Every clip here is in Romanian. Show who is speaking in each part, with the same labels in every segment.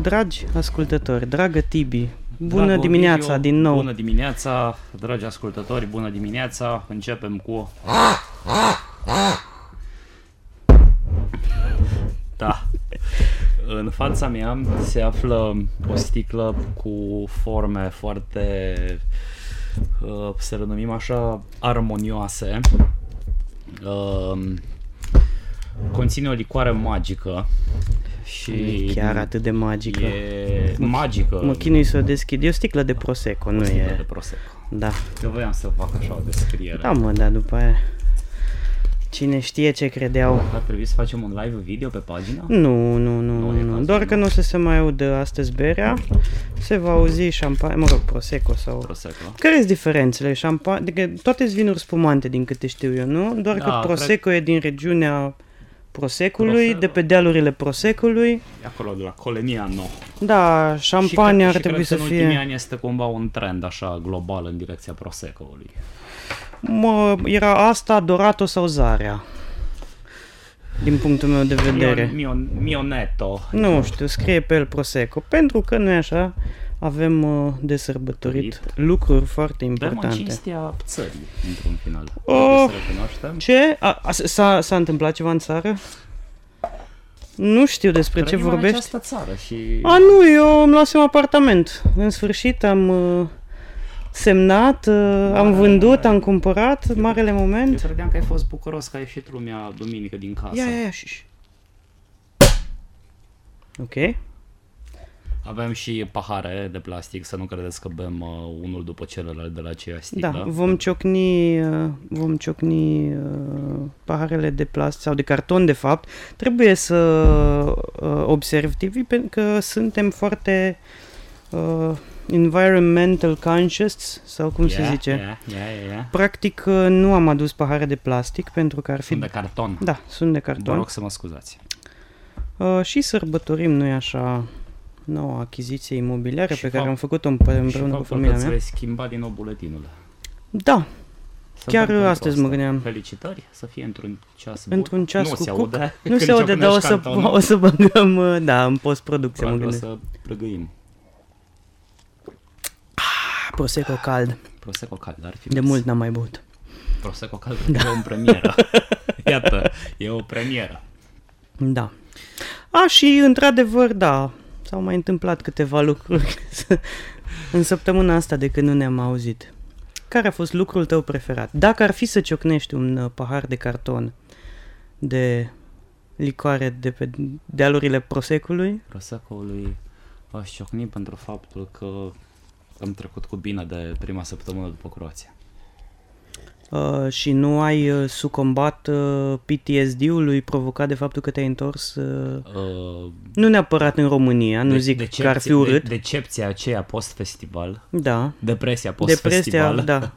Speaker 1: Dragi ascultători, dragă Tibi, bună
Speaker 2: Dragă
Speaker 1: dimineața
Speaker 2: Ovidiu,
Speaker 1: din nou.
Speaker 2: Bună dimineața, dragi ascultători, bună dimineața. Începem cu... Da. În fața mea se află o sticlă cu forme foarte, uh, să le numim așa, armonioase. Uh, Conține o licoare magică și
Speaker 1: Nu e chiar atât de magică.
Speaker 2: E magică.
Speaker 1: Mă chinui să o deschid. E o sticlă de prosecco, nu
Speaker 2: sticlă de
Speaker 1: e...
Speaker 2: prosecco.
Speaker 1: Da.
Speaker 2: Eu voiam să fac așa o descriere.
Speaker 1: Da, mă, da, după aia. Cine știe ce credeau.
Speaker 2: Ar trebui să facem un live video pe pagina?
Speaker 1: Nu, nu, nu, nu,
Speaker 2: e
Speaker 1: nu.
Speaker 2: cazul,
Speaker 1: Doar
Speaker 2: nu.
Speaker 1: că nu o să se mai audă astăzi berea. Se va auzi șampanie, mă rog, prosecco sau...
Speaker 2: Prosecco.
Speaker 1: Care sunt diferențele? Șampa... Adică toate sunt vinuri spumante din câte știu eu, nu? Doar
Speaker 2: Da,
Speaker 1: că
Speaker 2: cred-
Speaker 1: prosecco e din regiunea prosecului,
Speaker 2: Prosecco.
Speaker 1: de pe dealurile prosecului.
Speaker 2: E Acolo de la Coleniano.
Speaker 1: Da, șampania ar
Speaker 2: și cred
Speaker 1: trebui să
Speaker 2: că în ultimii
Speaker 1: fie...
Speaker 2: ani este cumva un trend așa global în direcția Prosecco-ului.
Speaker 1: Mă, era asta, Dorato sau Zarea? Din punctul meu de vedere.
Speaker 2: Mion, Mion, Mionetto.
Speaker 1: Nu știu, scrie pe el Prosecco. Pentru că nu așa, avem uh, de sărbătorit lucruri foarte
Speaker 2: Dăm în
Speaker 1: importante.
Speaker 2: cinstea țării, într-un final.
Speaker 1: Oh.
Speaker 2: Trebuie Să recunoaștem.
Speaker 1: Ce? A, a, s-a, s-a întâmplat ceva în țară? Nu știu despre ce
Speaker 2: Trăim în
Speaker 1: vorbești.
Speaker 2: această țară și...
Speaker 1: A, nu, eu îmi luasem apartament. În sfârșit am uh, semnat, uh, am vândut, am cumpărat, marele
Speaker 2: Eu
Speaker 1: moment.
Speaker 2: credeam că ai fost bucuros că a ieșit lumea duminică din casă.
Speaker 1: Ia, ia, ia, și, și. Ok.
Speaker 2: Avem și pahare de plastic, să nu credeți că bem uh, unul după celălalt de la aceeași sticlă.
Speaker 1: Da, vom ciocni, uh, vom ciocni uh, paharele de plast sau de carton, de fapt. Trebuie să uh, observ TV pentru că suntem foarte uh, environmental conscious sau cum se zice.
Speaker 2: Yeah, yeah, yeah, yeah.
Speaker 1: Practic uh, nu am adus pahare de plastic pentru că ar fi...
Speaker 2: Sunt de carton.
Speaker 1: Da, sunt de
Speaker 2: Vă
Speaker 1: carton.
Speaker 2: rog să mă scuzați.
Speaker 1: Uh, și sărbătorim, nu-i așa, noua achiziție imobiliară
Speaker 2: Și
Speaker 1: pe care
Speaker 2: fapt-
Speaker 1: am făcut-o împe-
Speaker 2: Și
Speaker 1: împreună cu
Speaker 2: faptul
Speaker 1: familia
Speaker 2: că îți
Speaker 1: mea.
Speaker 2: vei schimba din nou buletinul.
Speaker 1: Da,
Speaker 2: Suntem
Speaker 1: Chiar
Speaker 2: pentru
Speaker 1: astăzi mă
Speaker 2: asta.
Speaker 1: gândeam.
Speaker 2: Felicitări, să fie într-un ceas bun.
Speaker 1: într-un ceas
Speaker 2: nu
Speaker 1: cu
Speaker 2: se
Speaker 1: cuc.
Speaker 2: aude.
Speaker 1: Nu se aude, dar o să, o să băgăm, uh, da, în post-producție, mă
Speaker 2: Probabil o
Speaker 1: gândesc.
Speaker 2: să prăgăim.
Speaker 1: Ah, Prosecco cald.
Speaker 2: Prosecco cald, ar fi
Speaker 1: De
Speaker 2: bun.
Speaker 1: mult n-am mai băut.
Speaker 2: Prosecco cald da. e o premieră. Iată, e o premieră.
Speaker 1: Da. A, și într-adevăr, da, s-au mai întâmplat câteva lucruri în săptămâna asta de când nu ne-am auzit. Care a fost lucrul tău preferat? Dacă ar fi să ciocnești un uh, pahar de carton de licoare de pe dealurile prosecului,
Speaker 2: Prosecco-ului aș ciocni pentru faptul că am trecut cu bine de prima săptămână după Croația.
Speaker 1: Uh, și nu ai uh, sucombat uh, PTSD-ului provocat de faptul că te-ai întors uh,
Speaker 2: Uh,
Speaker 1: nu neapărat în România, nu zic că ar fi urât.
Speaker 2: De, decepția aceea post-festival,
Speaker 1: da.
Speaker 2: depresia
Speaker 1: Depresia,
Speaker 2: post-festival,
Speaker 1: da.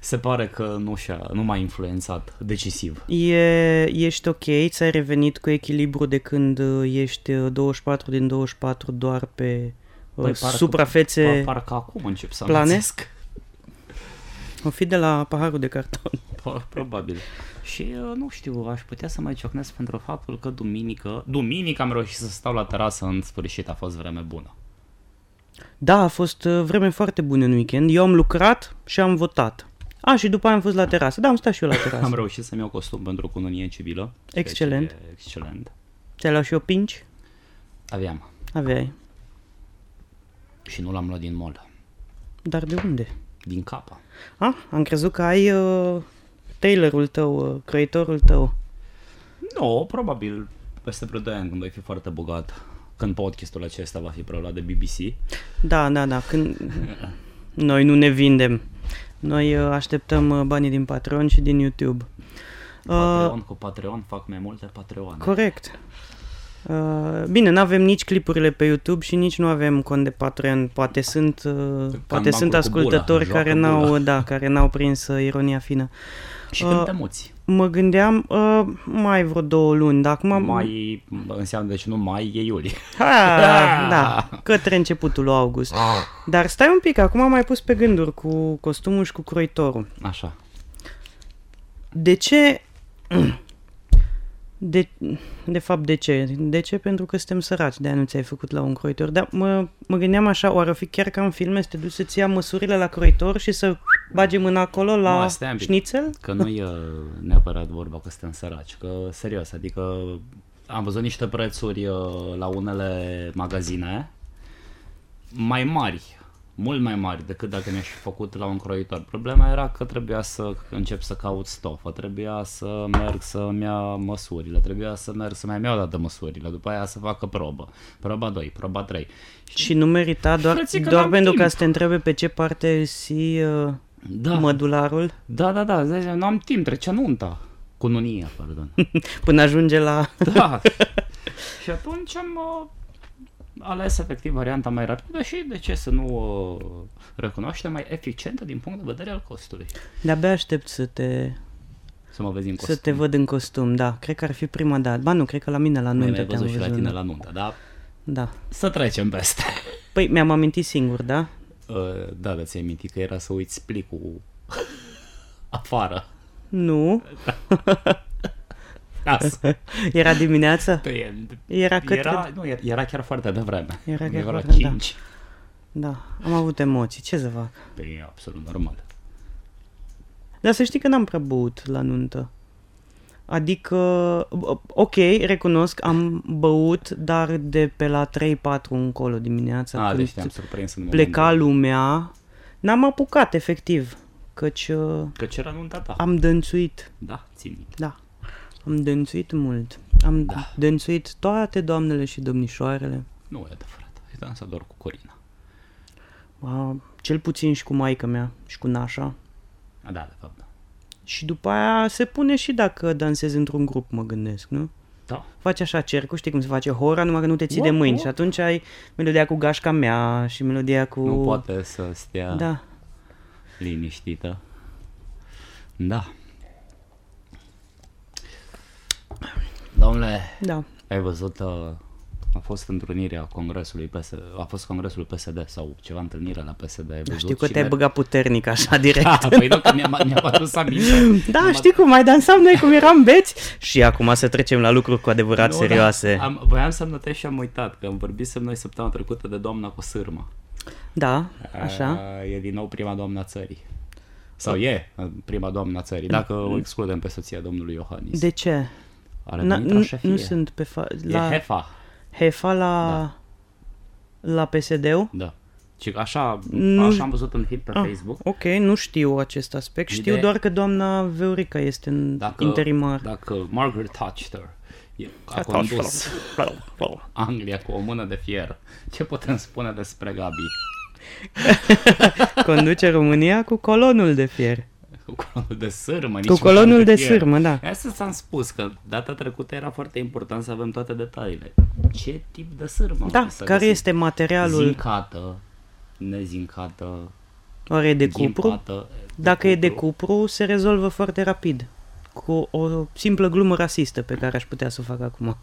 Speaker 2: se pare că nu, și-a, nu m-a influențat decisiv.
Speaker 1: E, ești ok, ți-ai revenit cu echilibru de când uh, ești uh, 24 din 24 doar pe uh,
Speaker 2: Păi, parcă-
Speaker 1: suprafețe.
Speaker 2: Pa- Parcă acum încep să
Speaker 1: Plane?
Speaker 2: amintesc.
Speaker 1: O fi de la paharul de carton.
Speaker 2: Po- Probabil. Și uh, nu știu, aș putea să mai ciocnesc pentru faptul că duminică, duminică am reușit să stau la terasă, în sfârșit a fost vreme bună.
Speaker 1: Da, a fost uh, vreme foarte bună în weekend. Eu am lucrat și am votat. A, și după aia am fost la terasă. Da, am stat și eu la
Speaker 2: Am
Speaker 1: terasă.
Speaker 2: reușit să-mi iau costum pentru cununie civilă. ceea ce
Speaker 1: Excelent.
Speaker 2: e Excelent.
Speaker 1: Ți-ai luat și eu pinci?
Speaker 2: Aveam.
Speaker 1: Aveai.
Speaker 2: Și nu l-am luat din mol.
Speaker 1: Dar de unde?
Speaker 2: Din capa.
Speaker 1: Ah, am crezut că ai uh, tailorul tău, uh, creatorul tău.
Speaker 2: Nu, probabil peste vreo 2 ani când voi fi foarte bogat, când podcastul acesta va fi preluat de BBC.
Speaker 1: Da, da, da, când... Noi nu ne vindem. Noi uh, așteptăm uh, banii din Patreon și din YouTube. Uh,
Speaker 2: Patreon cu Patreon fac mai multe Patreon.
Speaker 1: corect. Uh, bine, nu avem nici clipurile pe YouTube și nici nu avem cont de Patreon. Poate sunt, uh, poate
Speaker 2: bancul
Speaker 1: sunt
Speaker 2: cu
Speaker 1: ascultători
Speaker 2: bula,
Speaker 1: care
Speaker 2: joacă
Speaker 1: n-au,
Speaker 2: bula.
Speaker 1: da, care n-au prins uh, ironia fină.
Speaker 2: Și când te muți?
Speaker 1: Mă gândeam uh, mai vreo două luni, dar acum
Speaker 2: Mai înseamnă, deci nu mai e iulie.
Speaker 1: Ha, da, către începutul lui august.
Speaker 2: Ah.
Speaker 1: Dar stai un pic, acum am mai pus pe gânduri cu costumul și cu croitorul.
Speaker 2: Așa.
Speaker 1: De ce De, de fapt, de ce? De ce? Pentru că suntem săraci, de-aia nu ți-ai făcut la un croitor. Dar mă, mă gândeam așa, oare o fi chiar ca în filme să te duci să-ți ia măsurile la croitor și să bagi mâna acolo la
Speaker 2: Nu,
Speaker 1: no,
Speaker 2: asta e ambic.
Speaker 1: șnițel?
Speaker 2: Că nu e uh, neapărat vorba că suntem săraci, că serios, adică am văzut niște prețuri uh, la unele magazine mai mari, mult mai mari decât dacă mi-aș fi făcut la un croitor. Problema era că trebuia să încep să caut stofă, trebuia să merg să-mi iau măsurile, trebuia să merg să mai iau dată măsurile, după aia să facă probă, proba 2, proba 3.
Speaker 1: Și nu merita doar,
Speaker 2: Frățică,
Speaker 1: doar
Speaker 2: n-am
Speaker 1: pentru
Speaker 2: timp.
Speaker 1: ca să te întrebe pe ce parte si uh,
Speaker 2: Da,
Speaker 1: mădularul
Speaker 2: da, da, da, deci nu am timp, trecea nunta. Cununia, pardon.
Speaker 1: până ajunge la...
Speaker 2: Da. și atunci am uh, ales efectiv varianta mai rapidă și, de ce să nu o recunoaștem, mai eficientă din punct de vedere al costului.
Speaker 1: De-abia aștept să te,
Speaker 2: Să mă vezi în cost.
Speaker 1: să te văd în costum, da. Cred că ar fi prima dată. Ba nu, cred că la mine la
Speaker 2: nu
Speaker 1: nuntă te-am
Speaker 2: mai văzut
Speaker 1: văzut.
Speaker 2: și la tine la nuntă, da?
Speaker 1: Da.
Speaker 2: Să trecem peste.
Speaker 1: Păi mi-am amintit singur, da?
Speaker 2: Uh, da, dar ți-ai mintit că era să uiți plicul afară.
Speaker 1: Nu.
Speaker 2: Las.
Speaker 1: Era dimineața?
Speaker 2: Pe-
Speaker 1: Era către...
Speaker 2: Era, nu, era- era chiar foarte devreme.
Speaker 1: Era chiar
Speaker 2: Undeva la
Speaker 1: foarte- da.
Speaker 2: 5.
Speaker 1: Da, am avut emoții, ce să fac?
Speaker 2: Păi e absolut normal.
Speaker 1: Dar să știi că n-am prea băut la nuntă. Adică, b- ok, recunosc, am băut, dar de pe la 3-4 încolo dimineața,
Speaker 2: A,
Speaker 1: când
Speaker 2: deci te-am surprins în momentul.
Speaker 1: pleca lumea, n-am apucat efectiv, căci uh,
Speaker 2: Căci era nunta ta.
Speaker 1: am dănțuit,
Speaker 2: Da, țin minte.
Speaker 1: da, am dănțuit mult. Am da. dănțuit toate doamnele și domnișoarele,
Speaker 2: Nu e adevărat. Ai dansat doar cu Corina.
Speaker 1: uh, cel puțin și cu maica mea și cu nașa.
Speaker 2: A, da, de fapt, da.
Speaker 1: Și după aia se pune și dacă dansezi într-un grup, mă gândesc, nu?
Speaker 2: Da.
Speaker 1: Faci așa cercul, știi cum se face hora, numai că nu te ții de
Speaker 2: Uop,
Speaker 1: mâini
Speaker 2: uop.
Speaker 1: și atunci ai melodia cu gașca mea și melodia cu...
Speaker 2: Nu poate să stea da.
Speaker 1: Da.
Speaker 2: liniștită. Da. Domnule,
Speaker 1: Da,
Speaker 2: ai văzut, uh, a fost întrunirea congresului PSD, a fost congresul PSD sau ceva întâlnire la PSD, ai
Speaker 1: da
Speaker 2: văzut?
Speaker 1: știu că
Speaker 2: Cine-
Speaker 1: te-ai băgat puternic așa direct.
Speaker 2: Da, păi nu, că mi-am, mi-am adus aminte.
Speaker 1: Da, știi cum mai dansam noi cum eram beți? Și acum să trecem la lucruri cu adevărat
Speaker 2: Nu,
Speaker 1: serioase.
Speaker 2: Da, am, voiam să-mi notez și am uitat, că am vorbit să noi săptămâna trecută de doamna cu sârmă.
Speaker 1: Da, așa.
Speaker 2: A, E din nou prima doamna țării. Sau e uh, prima doamna țării, dacă o excludem pe soția domnului Iohannis.
Speaker 1: Mm. De ce?
Speaker 2: A
Speaker 1: Na,
Speaker 2: revenit la
Speaker 1: nu,
Speaker 2: șefie.
Speaker 1: nu sunt pe fa...
Speaker 2: E
Speaker 1: la
Speaker 2: hefa,
Speaker 1: Hefa la... La PSD-ul?
Speaker 2: da. Și așa,
Speaker 1: Nu-
Speaker 2: așa am văzut un hit
Speaker 1: Ah.
Speaker 2: pe Facebook.
Speaker 1: Ok, nu știu acest aspect. Știu
Speaker 2: Ideea-
Speaker 1: doar că doamna Veorica este în
Speaker 2: Dacă,
Speaker 1: interimar.
Speaker 2: dacă Margaret Thatcher e- a condus Anglia cu o mână de fier, ce putem spune despre Gabi?
Speaker 1: Conduce România cu colonul de fier.
Speaker 2: Cu colonul de sârmă. nici
Speaker 1: Cu
Speaker 2: măcar
Speaker 1: colonul de
Speaker 2: fier.
Speaker 1: sârmă, da.
Speaker 2: Asta ți-am spus, că data trecută era foarte important să avem toate detaliile. Ce tip de sârmă?
Speaker 1: Da,
Speaker 2: să
Speaker 1: care
Speaker 2: găsim?
Speaker 1: este materialul?
Speaker 2: Zincată, nezincată,
Speaker 1: Oare e de cupru?
Speaker 2: ghimpată.
Speaker 1: Dacă e de cupru, se rezolvă foarte rapid. Cu o simplă glumă rasistă pe care aș putea să o fac acum.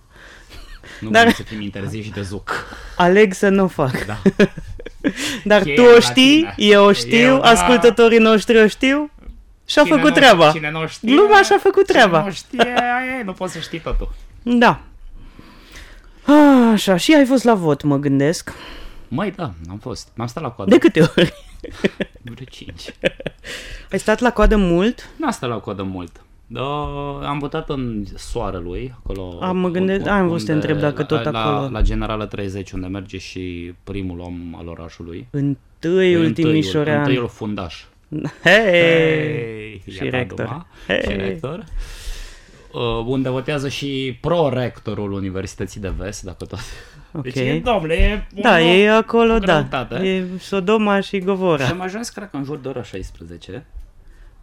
Speaker 2: Nu
Speaker 1: Dar-
Speaker 2: Dar... să fim interziși de zuc.
Speaker 1: Aleg să nu o fac.
Speaker 2: Da.
Speaker 1: Dar
Speaker 2: E
Speaker 1: tu o
Speaker 2: la
Speaker 1: știi,
Speaker 2: tine.
Speaker 1: eu o știu,
Speaker 2: Eu, da.
Speaker 1: ascultătorii noștri o știu și-a
Speaker 2: Cine
Speaker 1: făcut
Speaker 2: nu-
Speaker 1: treaba.
Speaker 2: Cine nu știe,
Speaker 1: Gluma și-a făcut treaba.
Speaker 2: Cine nu știe, aia e, nu poți să știi totul.
Speaker 1: Da. A, Așa, și ai fost la vot, mă gândesc.
Speaker 2: Măi, da, am fost. M-am stat la coadă.
Speaker 1: De câte ori?
Speaker 2: Vreo 5.
Speaker 1: Ai stat la coadă mult?
Speaker 2: N-am stat la coadă mult. Da, am votat în soarelui, acolo...
Speaker 1: Am- mă gândesc-
Speaker 2: unde-
Speaker 1: am vrut să te întreb dacă
Speaker 2: la-
Speaker 1: tot
Speaker 2: la,
Speaker 1: acolo.
Speaker 2: La, la Generală 30, unde merge și primul om al orașului. Păi,
Speaker 1: Întâiul
Speaker 2: Întâiul,
Speaker 1: Timișorean.
Speaker 2: întâiul fundaș.
Speaker 1: Hei!
Speaker 2: Hey,
Speaker 1: Și rector.
Speaker 2: Și
Speaker 1: Hey.
Speaker 2: rector. Uh, unde votează și pro-rectorul Universității de Vest, dacă tot.
Speaker 1: Ok.
Speaker 2: Deci, e, domnule, e un
Speaker 1: Da,
Speaker 2: om-
Speaker 1: e acolo, da.
Speaker 2: greutate.
Speaker 1: E Sodoma și
Speaker 2: Și
Speaker 1: Govora.
Speaker 2: am ajuns, cred că, în jur de ora 16.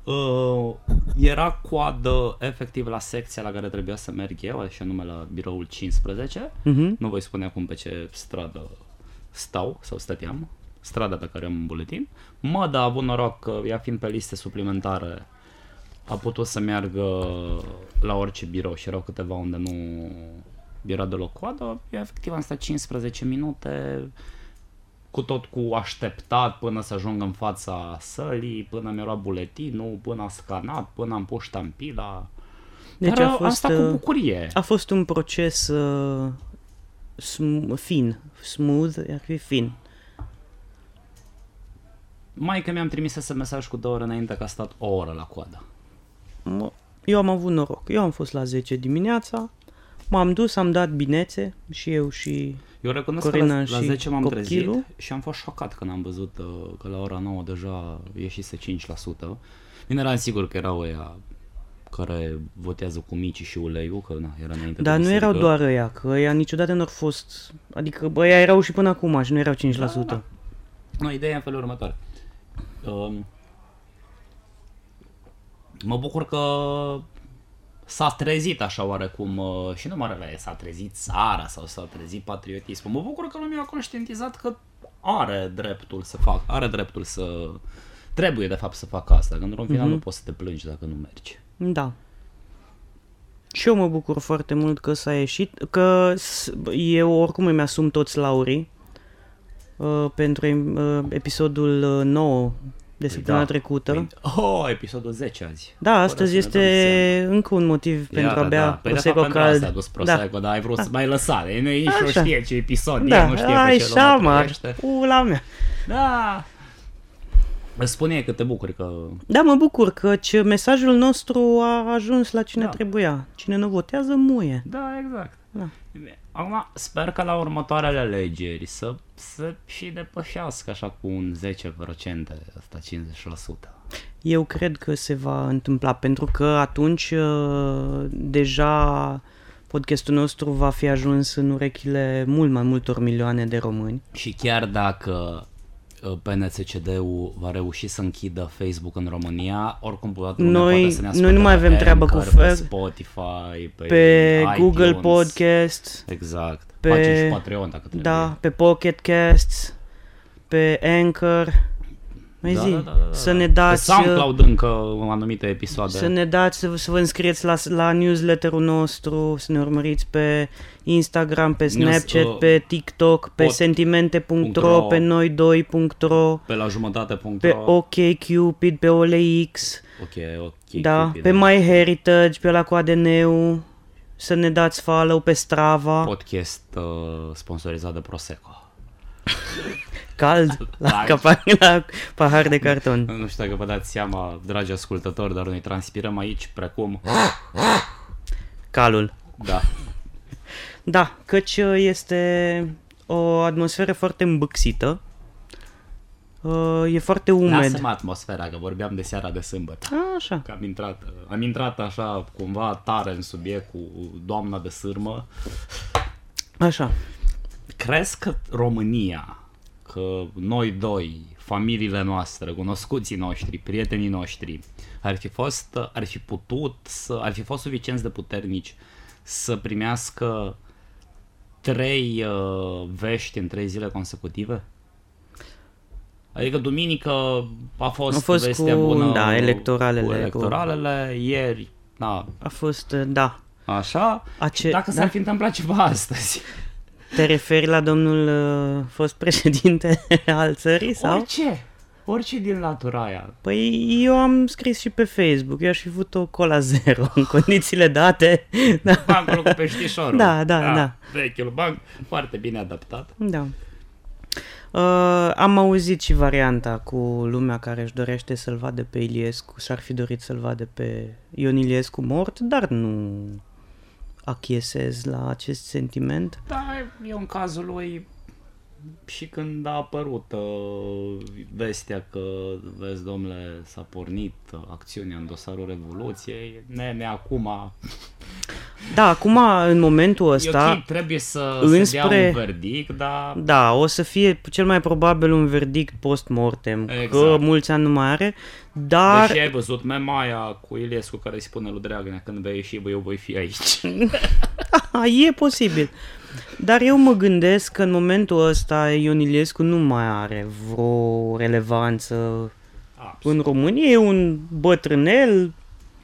Speaker 2: Uh, era coadă efectiv la secția la care trebuia să merg eu, și anume la biroul 15.
Speaker 1: Mhm.
Speaker 2: Nu voi spune acum pe ce stradă stau sau stăteam, strada pe care am în buletin. Mă, da, a avut noroc că ea fiind pe liste suplimentare a putut să meargă la orice birou și erau câteva unde nu era deloc coadă. Eu efectiv am stat 15 minute cu tot cu așteptat până să ajung în fața sălii, până mi-a luat buletinul, până a scanat, până am pus ștampila. Deci
Speaker 1: Deci
Speaker 2: Dar
Speaker 1: a fost,
Speaker 2: asta cu
Speaker 1: uh,
Speaker 2: bucurie.
Speaker 1: A fost un proces uh, sm- fin, smooth, ar fi fin.
Speaker 2: Mai că mi-am trimis ăsta mesaj cu două ore înainte că a stat o oră la coadă.
Speaker 1: Mă- Eu am avut noroc. Eu am fost la 10 dimineața, m-am dus, am dat binețe și eu și...
Speaker 2: Eu recunosc
Speaker 1: Corina
Speaker 2: că la, la
Speaker 1: și
Speaker 2: 10 m-am
Speaker 1: copilul.
Speaker 2: trezit și am fost șocat când am văzut uh, că la ora 9 deja ieșise 5%. Bine, eram sigur că erau ăia care votează cu micii și uleiul, că na, era înainte
Speaker 1: Dar
Speaker 2: de
Speaker 1: nu
Speaker 2: biserică.
Speaker 1: erau doar ăia, că ăia niciodată nu au fost... Adică ăia erau și până acum și nu erau 5%.
Speaker 2: Da, Nu, ideea e în felul următor. Um, mă bucur că s-a trezit așa oarecum uh, și nu mă revele, s-a trezit țara sau s-a trezit patriotismul. Mă bucur că lumea a conștientizat că are dreptul să fac, are dreptul să... Trebuie de fapt să facă asta, că într-un
Speaker 1: Mhm.
Speaker 2: final nu poți să te plângi dacă nu mergi.
Speaker 1: Da. Și eu mă bucur foarte mult că s-a ieșit, că s- eu oricum îmi asum toți laurii uh, pentru uh, episodul uh, 9 de săptămâna
Speaker 2: da.
Speaker 1: trecută.
Speaker 2: Oh, episodul 10 azi.
Speaker 1: Da, astăzi
Speaker 2: să ne dăm
Speaker 1: este încă un motiv pentru a bea
Speaker 2: Păi de
Speaker 1: Prosecco
Speaker 2: fapt, pentru
Speaker 1: cald. Da.
Speaker 2: asta a dus Prosecco, dar ai vrut să mai lăsa. Ei, nu ei și nu
Speaker 1: Așa.
Speaker 2: știe ce episod,
Speaker 1: da,
Speaker 2: da, nu știe
Speaker 1: ai
Speaker 2: pe ce lume
Speaker 1: seama,
Speaker 2: trăiește.
Speaker 1: pula mea.
Speaker 2: Da. Îți spune că te bucuri că...
Speaker 1: Da, mă bucur că ce mesajul nostru a ajuns la cine
Speaker 2: Da.
Speaker 1: trebuia. Cine nu votează, muie.
Speaker 2: Da, exact.
Speaker 1: Da.
Speaker 2: Acum, sper că la următoarele alegeri să, să și depășească așa cu un 10%, asta 50%.
Speaker 1: Eu cred că se va întâmpla, pentru că atunci uh, deja podcastul nostru va fi ajuns în urechile mult mai multor milioane de români.
Speaker 2: Și chiar dacă uh, PNCCD-ul va reuși să închidă Facebook în România, oricum poate lumea
Speaker 1: Noi-
Speaker 2: poate să ne
Speaker 1: noi
Speaker 2: asculte
Speaker 1: nu mai
Speaker 2: pe
Speaker 1: avem treabă cu
Speaker 2: Anchor, pe
Speaker 1: fel-
Speaker 2: Spotify, pe,
Speaker 1: Pe
Speaker 2: iTunes.
Speaker 1: Google Podcast,
Speaker 2: Exact. Pe...
Speaker 1: pe-
Speaker 2: Facem și Patreon dacă trebuie.
Speaker 1: da, pe Pocket Casts, pe Anchor. Mai
Speaker 2: Da,
Speaker 1: zi,
Speaker 2: da, da, da, da.
Speaker 1: să ne
Speaker 2: Pe
Speaker 1: dați... uh,
Speaker 2: SoundCloud încă anumite episoade.
Speaker 1: Să ne dați, să vă, să vă înscrieți la, la newsletterul nostru, să ne urmăriți pe Instagram, pe
Speaker 2: News-
Speaker 1: Snapchat,
Speaker 2: uh,
Speaker 1: pe TikTok, pe
Speaker 2: pot-
Speaker 1: sentimente.ro, pe noi2.ro,
Speaker 2: Pe la jumătate.ro.
Speaker 1: pe OKCupid, pe OLX,
Speaker 2: ok, ok.
Speaker 1: da,
Speaker 2: Cupid,
Speaker 1: pe MyHeritage, pe la Coadeneu, să ne dați follow pe Strava,
Speaker 2: Podcast uh, sponsorizat de Prosecco.
Speaker 1: cald, la,
Speaker 2: Live.
Speaker 1: capa, la pahar de carton.
Speaker 2: Nu știu dacă vă dați seama, dragi ascultători, dar noi transpirăm aici precum...
Speaker 1: Calul.
Speaker 2: Da.
Speaker 1: Da, căci uh, este o atmosferă foarte îmbâxită. Uh, E foarte umed.
Speaker 2: Lasă-mă atmosfera, că vorbeam de seara de sâmbătă.
Speaker 1: Așa.
Speaker 2: Că am intrat, uh, am intrat așa cumva tare în subiect cu doamna de sârmă.
Speaker 1: Așa.
Speaker 2: Crezi că România, că noi doi, familiile noastre, cunoscuții noștri, prietenii noștri, ar fi fost, ar fi putut să, ar fi fost suficienți de puternici să primească trei uh, vești în trei zile consecutive? Adică duminică a fost,
Speaker 1: A fost
Speaker 2: vestea
Speaker 1: cu,
Speaker 2: bună
Speaker 1: da, electoralele,
Speaker 2: cu
Speaker 1: cu-
Speaker 2: electoralele ieri, da,
Speaker 1: A fost, uh, da.
Speaker 2: așa.
Speaker 1: Ace-
Speaker 2: Dacă s-ar fi întâmplat ceva astăzi.
Speaker 1: Te referi la domnul uh, fost președinte al țării sau?
Speaker 2: Orice. Orice din latura aia.
Speaker 1: Păi eu am scris și pe Facebook, eu aș fi avut o cola zero în condițiile date. Da,
Speaker 2: Bancul cu peștișorul.
Speaker 1: Da, da, da.
Speaker 2: Vechiul banc, foarte bine adaptat.
Speaker 1: da. Uh, am auzit și varianta cu lumea care își dorește să-l vadă pe Iliescu, s-ar fi dorit să-l vadă pe Ion Iliescu mort, dar nu achiesez la acest sentiment.
Speaker 2: Dar eu în cazul lui și când a apărut uh, vestea că, vezi, domnule, s-a pornit uh, acțiunea în dosarul Revoluției, nene, acum,
Speaker 1: Da, acum, în momentul ăsta...
Speaker 2: da. ok, trebuie să se
Speaker 1: Înspre-
Speaker 2: dea un verdict, dar
Speaker 1: Da, o să fie cel mai probabil un verdict post-mortem,
Speaker 2: Exact.
Speaker 1: exact. că mulți ani nu mai are,
Speaker 2: Ar...
Speaker 1: dar
Speaker 2: Deși ai văzut mema aia cu Iliescu care îi spune lui Dragnea când vei ieși, bă, eu voi fi aici.
Speaker 1: Aha, e posibil. Dar eu mă gândesc că în momentul ăsta Ion Iliescu nu mai are vreo relevanță
Speaker 2: Absolut.
Speaker 1: în România, e un bătrânel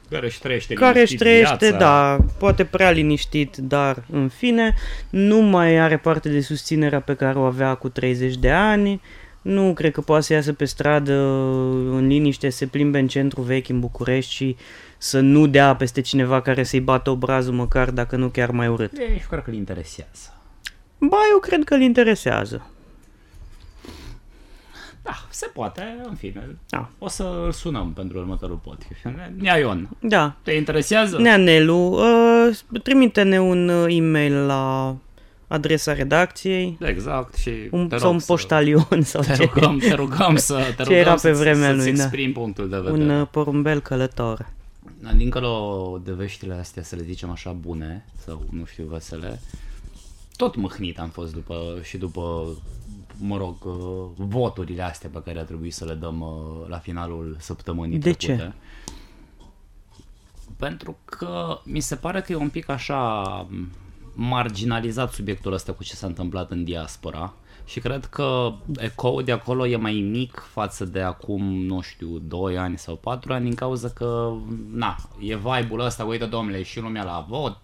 Speaker 2: Care își trăiește
Speaker 1: care își
Speaker 2: liniștit
Speaker 1: trăiește,
Speaker 2: viața.
Speaker 1: da, poate prea liniștit, dar în fine, nu mai are parte de susținerea pe care o avea cu 30 de ani, Nu cred că poate să iasă pe stradă în liniște, se plimbe în centru vechi, în București și să nu dea peste cineva care să-i bată obrazul măcar dacă nu chiar mai urât.
Speaker 2: E, și cred că îl interesează.
Speaker 1: Ba, eu cred că îl interesează.
Speaker 2: Da, se poate, în fine.
Speaker 1: Da.
Speaker 2: O să îl sunăm pentru următorul podcast. Nea Ion,
Speaker 1: Da,
Speaker 2: te interesează?
Speaker 1: Nea Nelu, uh, trimite-ne un uh, e-mail la adresa redacției
Speaker 2: Exact și
Speaker 1: un,
Speaker 2: te
Speaker 1: sau
Speaker 2: rog
Speaker 1: un
Speaker 2: să-
Speaker 1: poștalion sau
Speaker 2: Te
Speaker 1: ce,
Speaker 2: rugăm, te rugăm să
Speaker 1: Ce
Speaker 2: te rugăm
Speaker 1: era
Speaker 2: să-
Speaker 1: pe vremea
Speaker 2: să-ți
Speaker 1: lui, da.
Speaker 2: exprim punctul de vedere. Da,
Speaker 1: un uh, porumbel călător.
Speaker 2: Dincolo de veștile astea, să le zicem așa, bune sau, nu știu, vesele, tot mâhnit am fost după, și după, mă rog, uh, voturile astea pe care a trebuit să le dăm uh, la finalul săptămânii
Speaker 1: De
Speaker 2: trecute.
Speaker 1: ce?
Speaker 2: Pentru că mi se pare că e un pic așa marginalizat subiectul ăsta cu ce s-a întâmplat în diaspora și cred că ecoul de acolo e mai mic față de acum, nu știu, 2 ani sau 4 ani din cauza că, na, e vibe-ul ăsta, uite domnule, și lumea la vot,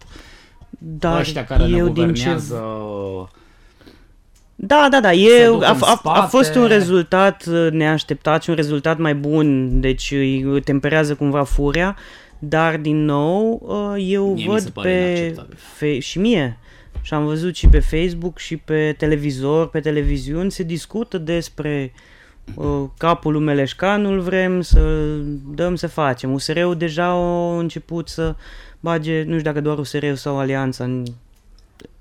Speaker 1: Dar
Speaker 2: ăștia care ne
Speaker 1: eu din ce...
Speaker 2: guvernează...
Speaker 1: Da, da, da,
Speaker 2: se
Speaker 1: e,
Speaker 2: duc
Speaker 1: a,
Speaker 2: în
Speaker 1: a, a
Speaker 2: spate.
Speaker 1: fost un rezultat uh, neașteptat și un rezultat mai bun, deci îi temperează cumva furia, dar din nou uh, eu
Speaker 2: Mie mi se
Speaker 1: văd
Speaker 2: pare
Speaker 1: pe...
Speaker 2: inacceptabil.
Speaker 1: Fe- și mie, și am văzut și pe Facebook și pe televizor, pe televiziuni, se discută despre uh, capul lui Meleșcanul vrem să dăm să facem. USR-ul deja a început să bage, nu știu dacă doar USR-ul sau Alianța în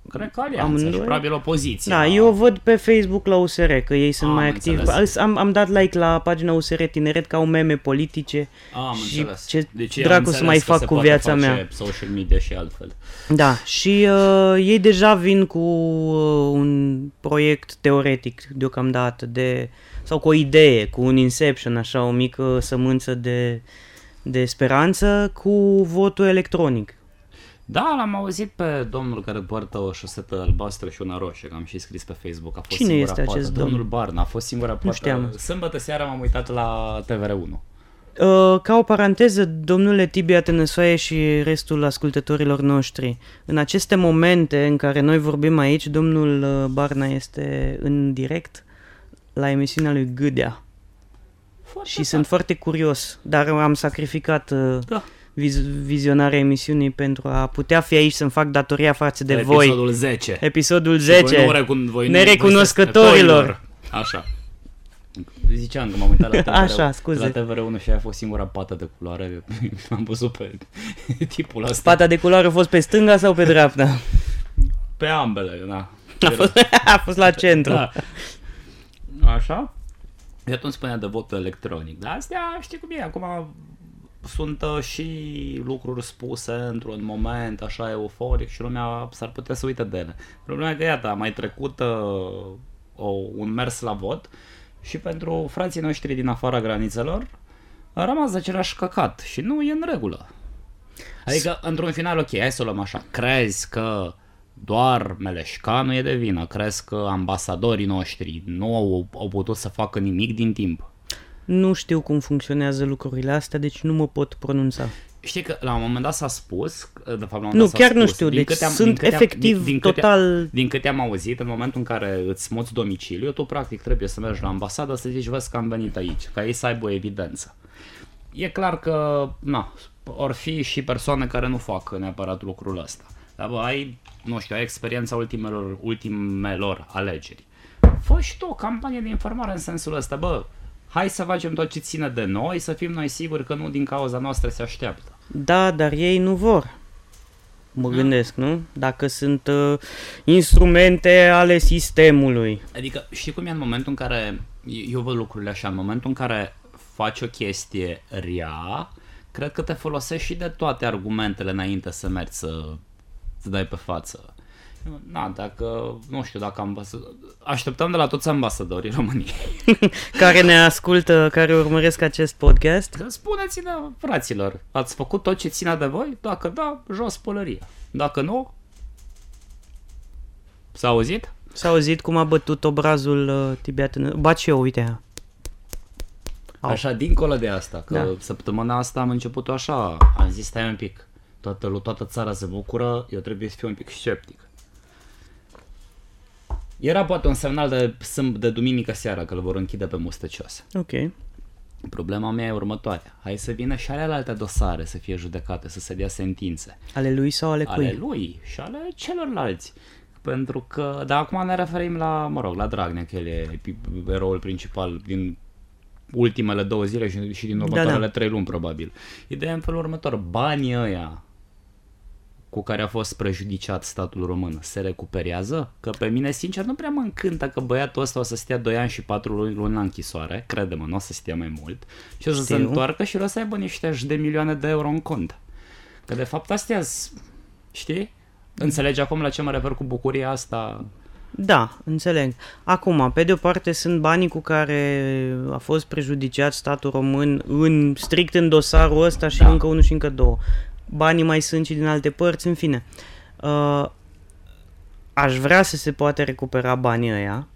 Speaker 2: Cred că alianța și
Speaker 1: Amândoi?
Speaker 2: probabil opoziția.
Speaker 1: da, eu o văd pe Facebook la USR, că ei sunt
Speaker 2: Am
Speaker 1: mai activi.
Speaker 2: înțeles.
Speaker 1: Am, am dat like la pagina USR Tineret ca au meme politice.
Speaker 2: Am
Speaker 1: și
Speaker 2: înțeles.
Speaker 1: ce
Speaker 2: eu
Speaker 1: dracu
Speaker 2: am
Speaker 1: să
Speaker 2: înțeles
Speaker 1: mai
Speaker 2: că
Speaker 1: fac
Speaker 2: se
Speaker 1: cu
Speaker 2: poate
Speaker 1: viața
Speaker 2: face
Speaker 1: mea.
Speaker 2: Social media și altfel.
Speaker 1: Da, și uh, ei deja vin cu uh, un proiect teoretic deocamdată de sau cu o idee, cu un inception, așa, o mică sămânță de, de speranță cu votul electronic.
Speaker 2: Da, l-am auzit pe domnul care poartă o șosetă albastră și una roșie, că am și scris pe Facebook. A fost
Speaker 1: Cine
Speaker 2: singura
Speaker 1: este
Speaker 2: poartă.
Speaker 1: acest domn?
Speaker 2: Domnul Barna a fost singura poartă.
Speaker 1: știam.
Speaker 2: Sâmbătă seara m-am uitat la TVR1.
Speaker 1: Uh, Ca o paranteză, domnule Tibia Tănăsoaie și restul ascultătorilor noștri, în aceste momente în care noi vorbim aici, domnul uh, Barna este în direct la emisiunea lui Gâdea
Speaker 2: Foarte
Speaker 1: și
Speaker 2: tare.
Speaker 1: sunt foarte curios, dar am sacrificat uh,
Speaker 2: Da.
Speaker 1: viz- vizionarea emisiunii pentru a putea fi aici să-mi fac datoria față de
Speaker 2: La
Speaker 1: voi.
Speaker 2: Episodul 10.
Speaker 1: Episodul
Speaker 2: Voi
Speaker 1: 10.
Speaker 2: nu recun- voi nu-
Speaker 1: Nerecunoscătorilor.
Speaker 2: voi sunteți- Așa. Ziceam că m-am uitat la TVR1,
Speaker 1: Așa, scuze.
Speaker 2: la TVR1 și aia a fost singura pată de culoare. am văzut pe tipul ăsta.
Speaker 1: Pata de culoare a fost pe stânga sau pe dreapta?
Speaker 2: Pe ambele, da.
Speaker 1: A fost, a fost la centru.
Speaker 2: Da. Așa? Și atunci spunea Da. de votul electronic. Dar astea știi cum e. Acum sunt uh, și lucruri spuse într-un moment așa euforic și lumea s-ar putea să uite de ele. Problema e că iată, a mai trecut uh, o, un mers la vot și pentru frații noștri din afara granițelor a rămas același căcat și nu e în regulă. Adică, într-un final, ok, hai să o luăm așa. Crezi că doar Meleșcanu e de vină? Crezi că ambasadorii noștri nu au, au putut să facă nimic din timp?
Speaker 1: Nu știu cum funcționează lucrurile astea, deci nu mă pot pronunța.
Speaker 2: Știi că la un moment dat s-a spus, de fapt la un moment
Speaker 1: Nu,
Speaker 2: dat s-a
Speaker 1: chiar nu
Speaker 2: spus,
Speaker 1: știu,
Speaker 2: din
Speaker 1: deci
Speaker 2: câte am,
Speaker 1: sunt
Speaker 2: din câte am,
Speaker 1: efectiv
Speaker 2: din, din câte,
Speaker 1: total-
Speaker 2: Din câte am auzit, în momentul în care îți muți domiciliu, tu practic trebuie să mergi la ambasadă să zici, vezi că am venit aici, ca ei să aibă o evidență. E clar că, na, or fi și persoane care nu fac neapărat lucrul ăsta. Dar bă, ai, nu știu, ai experiența ultimelor, ultimelor alegeri. Fă și tu o campanie de informare în sensul ăsta, bă, hai să facem tot ce ține de noi, să fim noi siguri că nu din cauza noastră se așteaptă.
Speaker 1: Da, dar ei nu vor. Mă gândesc, nu? Dacă sunt uh, instrumente ale sistemului.
Speaker 2: Adică știi cum e în momentul în care, eu- eu văd lucrurile așa, în momentul în care faci o chestie rea, cred că te folosești și de toate argumentele înainte să mergi să te dai pe față. Na, dacă, nu știu, dacă ambasad... așteptăm de la toți ambasadorii României.
Speaker 1: Care ne ascultă, care urmăresc acest podcast.
Speaker 2: Că Spuneți-ne, fraților, ați făcut tot ce ține de voi? Dacă da, jos pălăria. Dacă nu, s-a auzit?
Speaker 1: S-a auzit cum a bătut obrazul uh, tibiat în... Bat și eu, uite aia. Au.
Speaker 2: Așa, dincolo de asta, că
Speaker 1: Da.
Speaker 2: da. săptămâna asta am început așa, am zis stai un pic, toată, lu- toată țara se bucură, eu trebuie să fiu un pic sceptic. Era poate un semnal de, sâmb- de duminică seara că îl vor închide pe mustăcios.
Speaker 1: Ok.
Speaker 2: Problema mea e următoarea. Hai să vină și alelalte dosare să fie judecate, să se dea sentințe.
Speaker 1: Ale lui sau ale cui?
Speaker 2: Ale lui și ale celorlalți. Pentru că, dar acum ne referim la, mă rog, la Dragnea, că el e pi- eroul principal din ultimele două zile și, și din următoarele
Speaker 1: da.
Speaker 2: trei luni, probabil. Ideea e în felul următor, banii ăia cu care a fost prejudiciat statul român se recuperează? Că pe mine, sincer, nu prea mă încântă că băiatul ăsta o să stea 2 ani și 4 luni luni la închisoare, crede-mă, nu o să stea mai mult, și o să se
Speaker 1: Știu.
Speaker 2: întoarcă și o să aibă niște de milioane de euro în cont. Că de fapt astea s- știi? Înțelegi acum la ce mă refer cu bucuria asta?
Speaker 1: Da, înțeleg. Acum, pe de o parte sunt banii cu care a fost prejudiciat statul român în strict în dosarul ăsta și
Speaker 2: Da.
Speaker 1: da. încă unul și încă două. Banii mai sunt și din alte părți, în fine. Uh, aș vrea să se poate recupera banii ăia,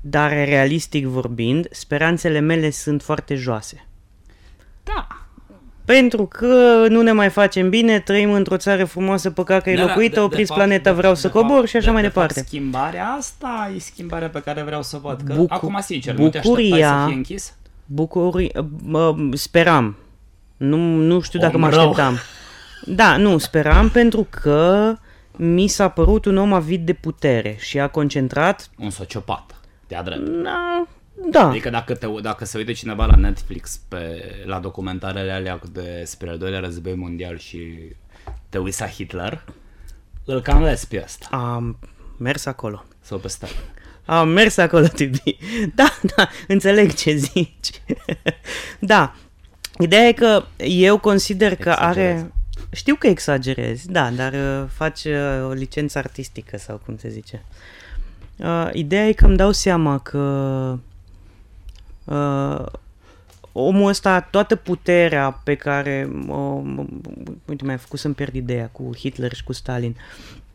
Speaker 1: dar realistic vorbind, speranțele mele sunt foarte joase.
Speaker 2: Da.
Speaker 1: Pentru că nu ne mai facem bine, trăim într-o țară frumoasă, păcat că e
Speaker 2: Da, da,
Speaker 1: locuită,
Speaker 2: de- de
Speaker 1: opriți
Speaker 2: fapt-
Speaker 1: planeta,
Speaker 2: de-
Speaker 1: vreau
Speaker 2: de
Speaker 1: să
Speaker 2: fapt-
Speaker 1: cobor și așa
Speaker 2: de-
Speaker 1: mai
Speaker 2: de fapt,
Speaker 1: departe.
Speaker 2: Schimbarea asta e schimbarea pe care vreau să o văd. Că
Speaker 1: Bucu-
Speaker 2: acum, sincer, nu te așteptai
Speaker 1: bucuria-
Speaker 2: să fie închis?
Speaker 1: Bucurii, mă, speram. Nu, nu știu dacă
Speaker 2: Om
Speaker 1: mă
Speaker 2: rău.
Speaker 1: așteptam. Da, nu, speram pentru că mi s-a părut un om avid de putere și a concentrat...
Speaker 2: Un sociopat. De-a drept.
Speaker 1: Na, da,
Speaker 2: Adică dacă, te, dacă se uită cineva la Netflix pe, la documentarele alea despre al doilea război mondial și te uiți la Hitler, îl cam vezi pe asta.
Speaker 1: am mers acolo.
Speaker 2: Sau pe Stalin.
Speaker 1: Am mers acolo, Tibi. Da, da, înțeleg ce zici. Da. Ideea e că eu consider că
Speaker 2: Exagerez.
Speaker 1: are... Știu că exagerezi, da, dar uh, faci uh, o licență artistică sau cum se zice. Uh, ideea e că îmi dau seama că uh, omul ăsta, toată puterea pe care... Uh, uite, mi-a făcut să-mi pierd ideea cu Hitler și cu Stalin.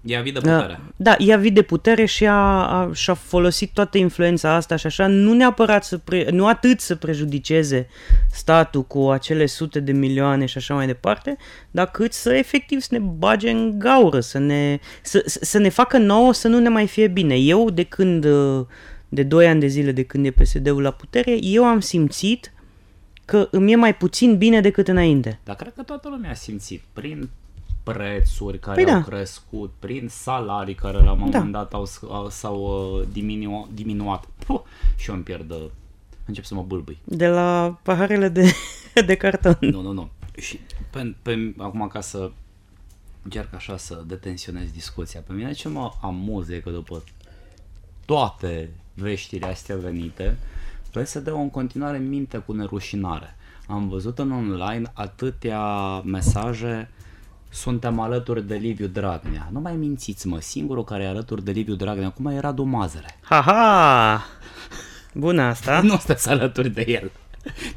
Speaker 2: E avid de putere.
Speaker 1: Da, Da, e avid de putere și a, a, și-a folosit toată influența asta și așa, nu neapărat să pre, nu atât să prejudiceze statul cu acele sute de milioane și așa mai departe, dar cât să efectiv să ne bage în gaură, să ne, să, să să ne facă nouă să nu ne mai fie bine. Eu de când, uh, de 2 ani de zile de când e PSD-ul la putere, eu am simțit că îmi e mai puțin bine decât înainte.
Speaker 2: Dar cred că toată lumea a simțit prin prețuri care
Speaker 1: Păi
Speaker 2: păi au
Speaker 1: da.
Speaker 2: da. crescut, prin salarii care la un
Speaker 1: Da.
Speaker 2: moment dat au, sc- au- s-au uh, diminu- diminuat. Puh, și eu îmi pierd, uh, încep să mă bâlbâi.
Speaker 1: De la paharele de, de carton.
Speaker 2: Nu, nu, nu. Și pe, pe, acum ca să încerc așa să detensionez discuția, pe mine ce mă amuze că după toate veștile astea venite, PSD o în continuare minte cu nerușinare. Am văzut în online atâtea mesaje suntem alături de Liviu Dragnea. Nu mai mințiți, mă, singurul care e alături de Liviu Dragnea acum e Radu Mazăre.
Speaker 1: Ha-ha! Bună asta.
Speaker 2: Nu sunteți alături de el.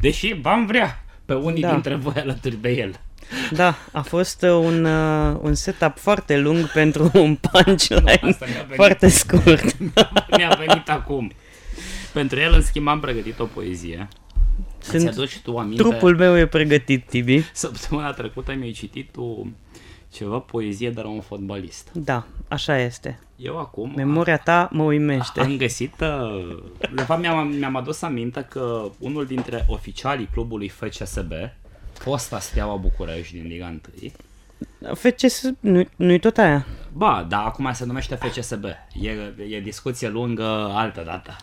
Speaker 2: Deși v-am vrea pe unii
Speaker 1: Da.
Speaker 2: da. dintre voi alături de el.
Speaker 1: Da, a fost uh, un, uh, un setup foarte lung pentru un punchline
Speaker 2: Asta mi-a venit.
Speaker 1: foarte scurt.
Speaker 2: Mi-a venit acum. Pentru el, în schimb, am pregătit o poezie.
Speaker 1: Sunt
Speaker 2: Îți aduci tu aminte?
Speaker 1: Trupul meu e pregătit, Tibi.
Speaker 2: Săptămâna trecută mi-ai citit tu ceva poezie de la un fotbalist.
Speaker 1: Da, așa este.
Speaker 2: Eu acum
Speaker 1: Memoria ta mă uimește.
Speaker 2: am găsit... uh, De fapt, mi-am, mi-am adus aminte că unul dintre oficialii clubului FCSB, fosta Steaua București din Liga 1,
Speaker 1: FCS, nu, nu-i tot aia.
Speaker 2: Ba, dar acum se numește FCSB. E, e discuție lungă altă dată.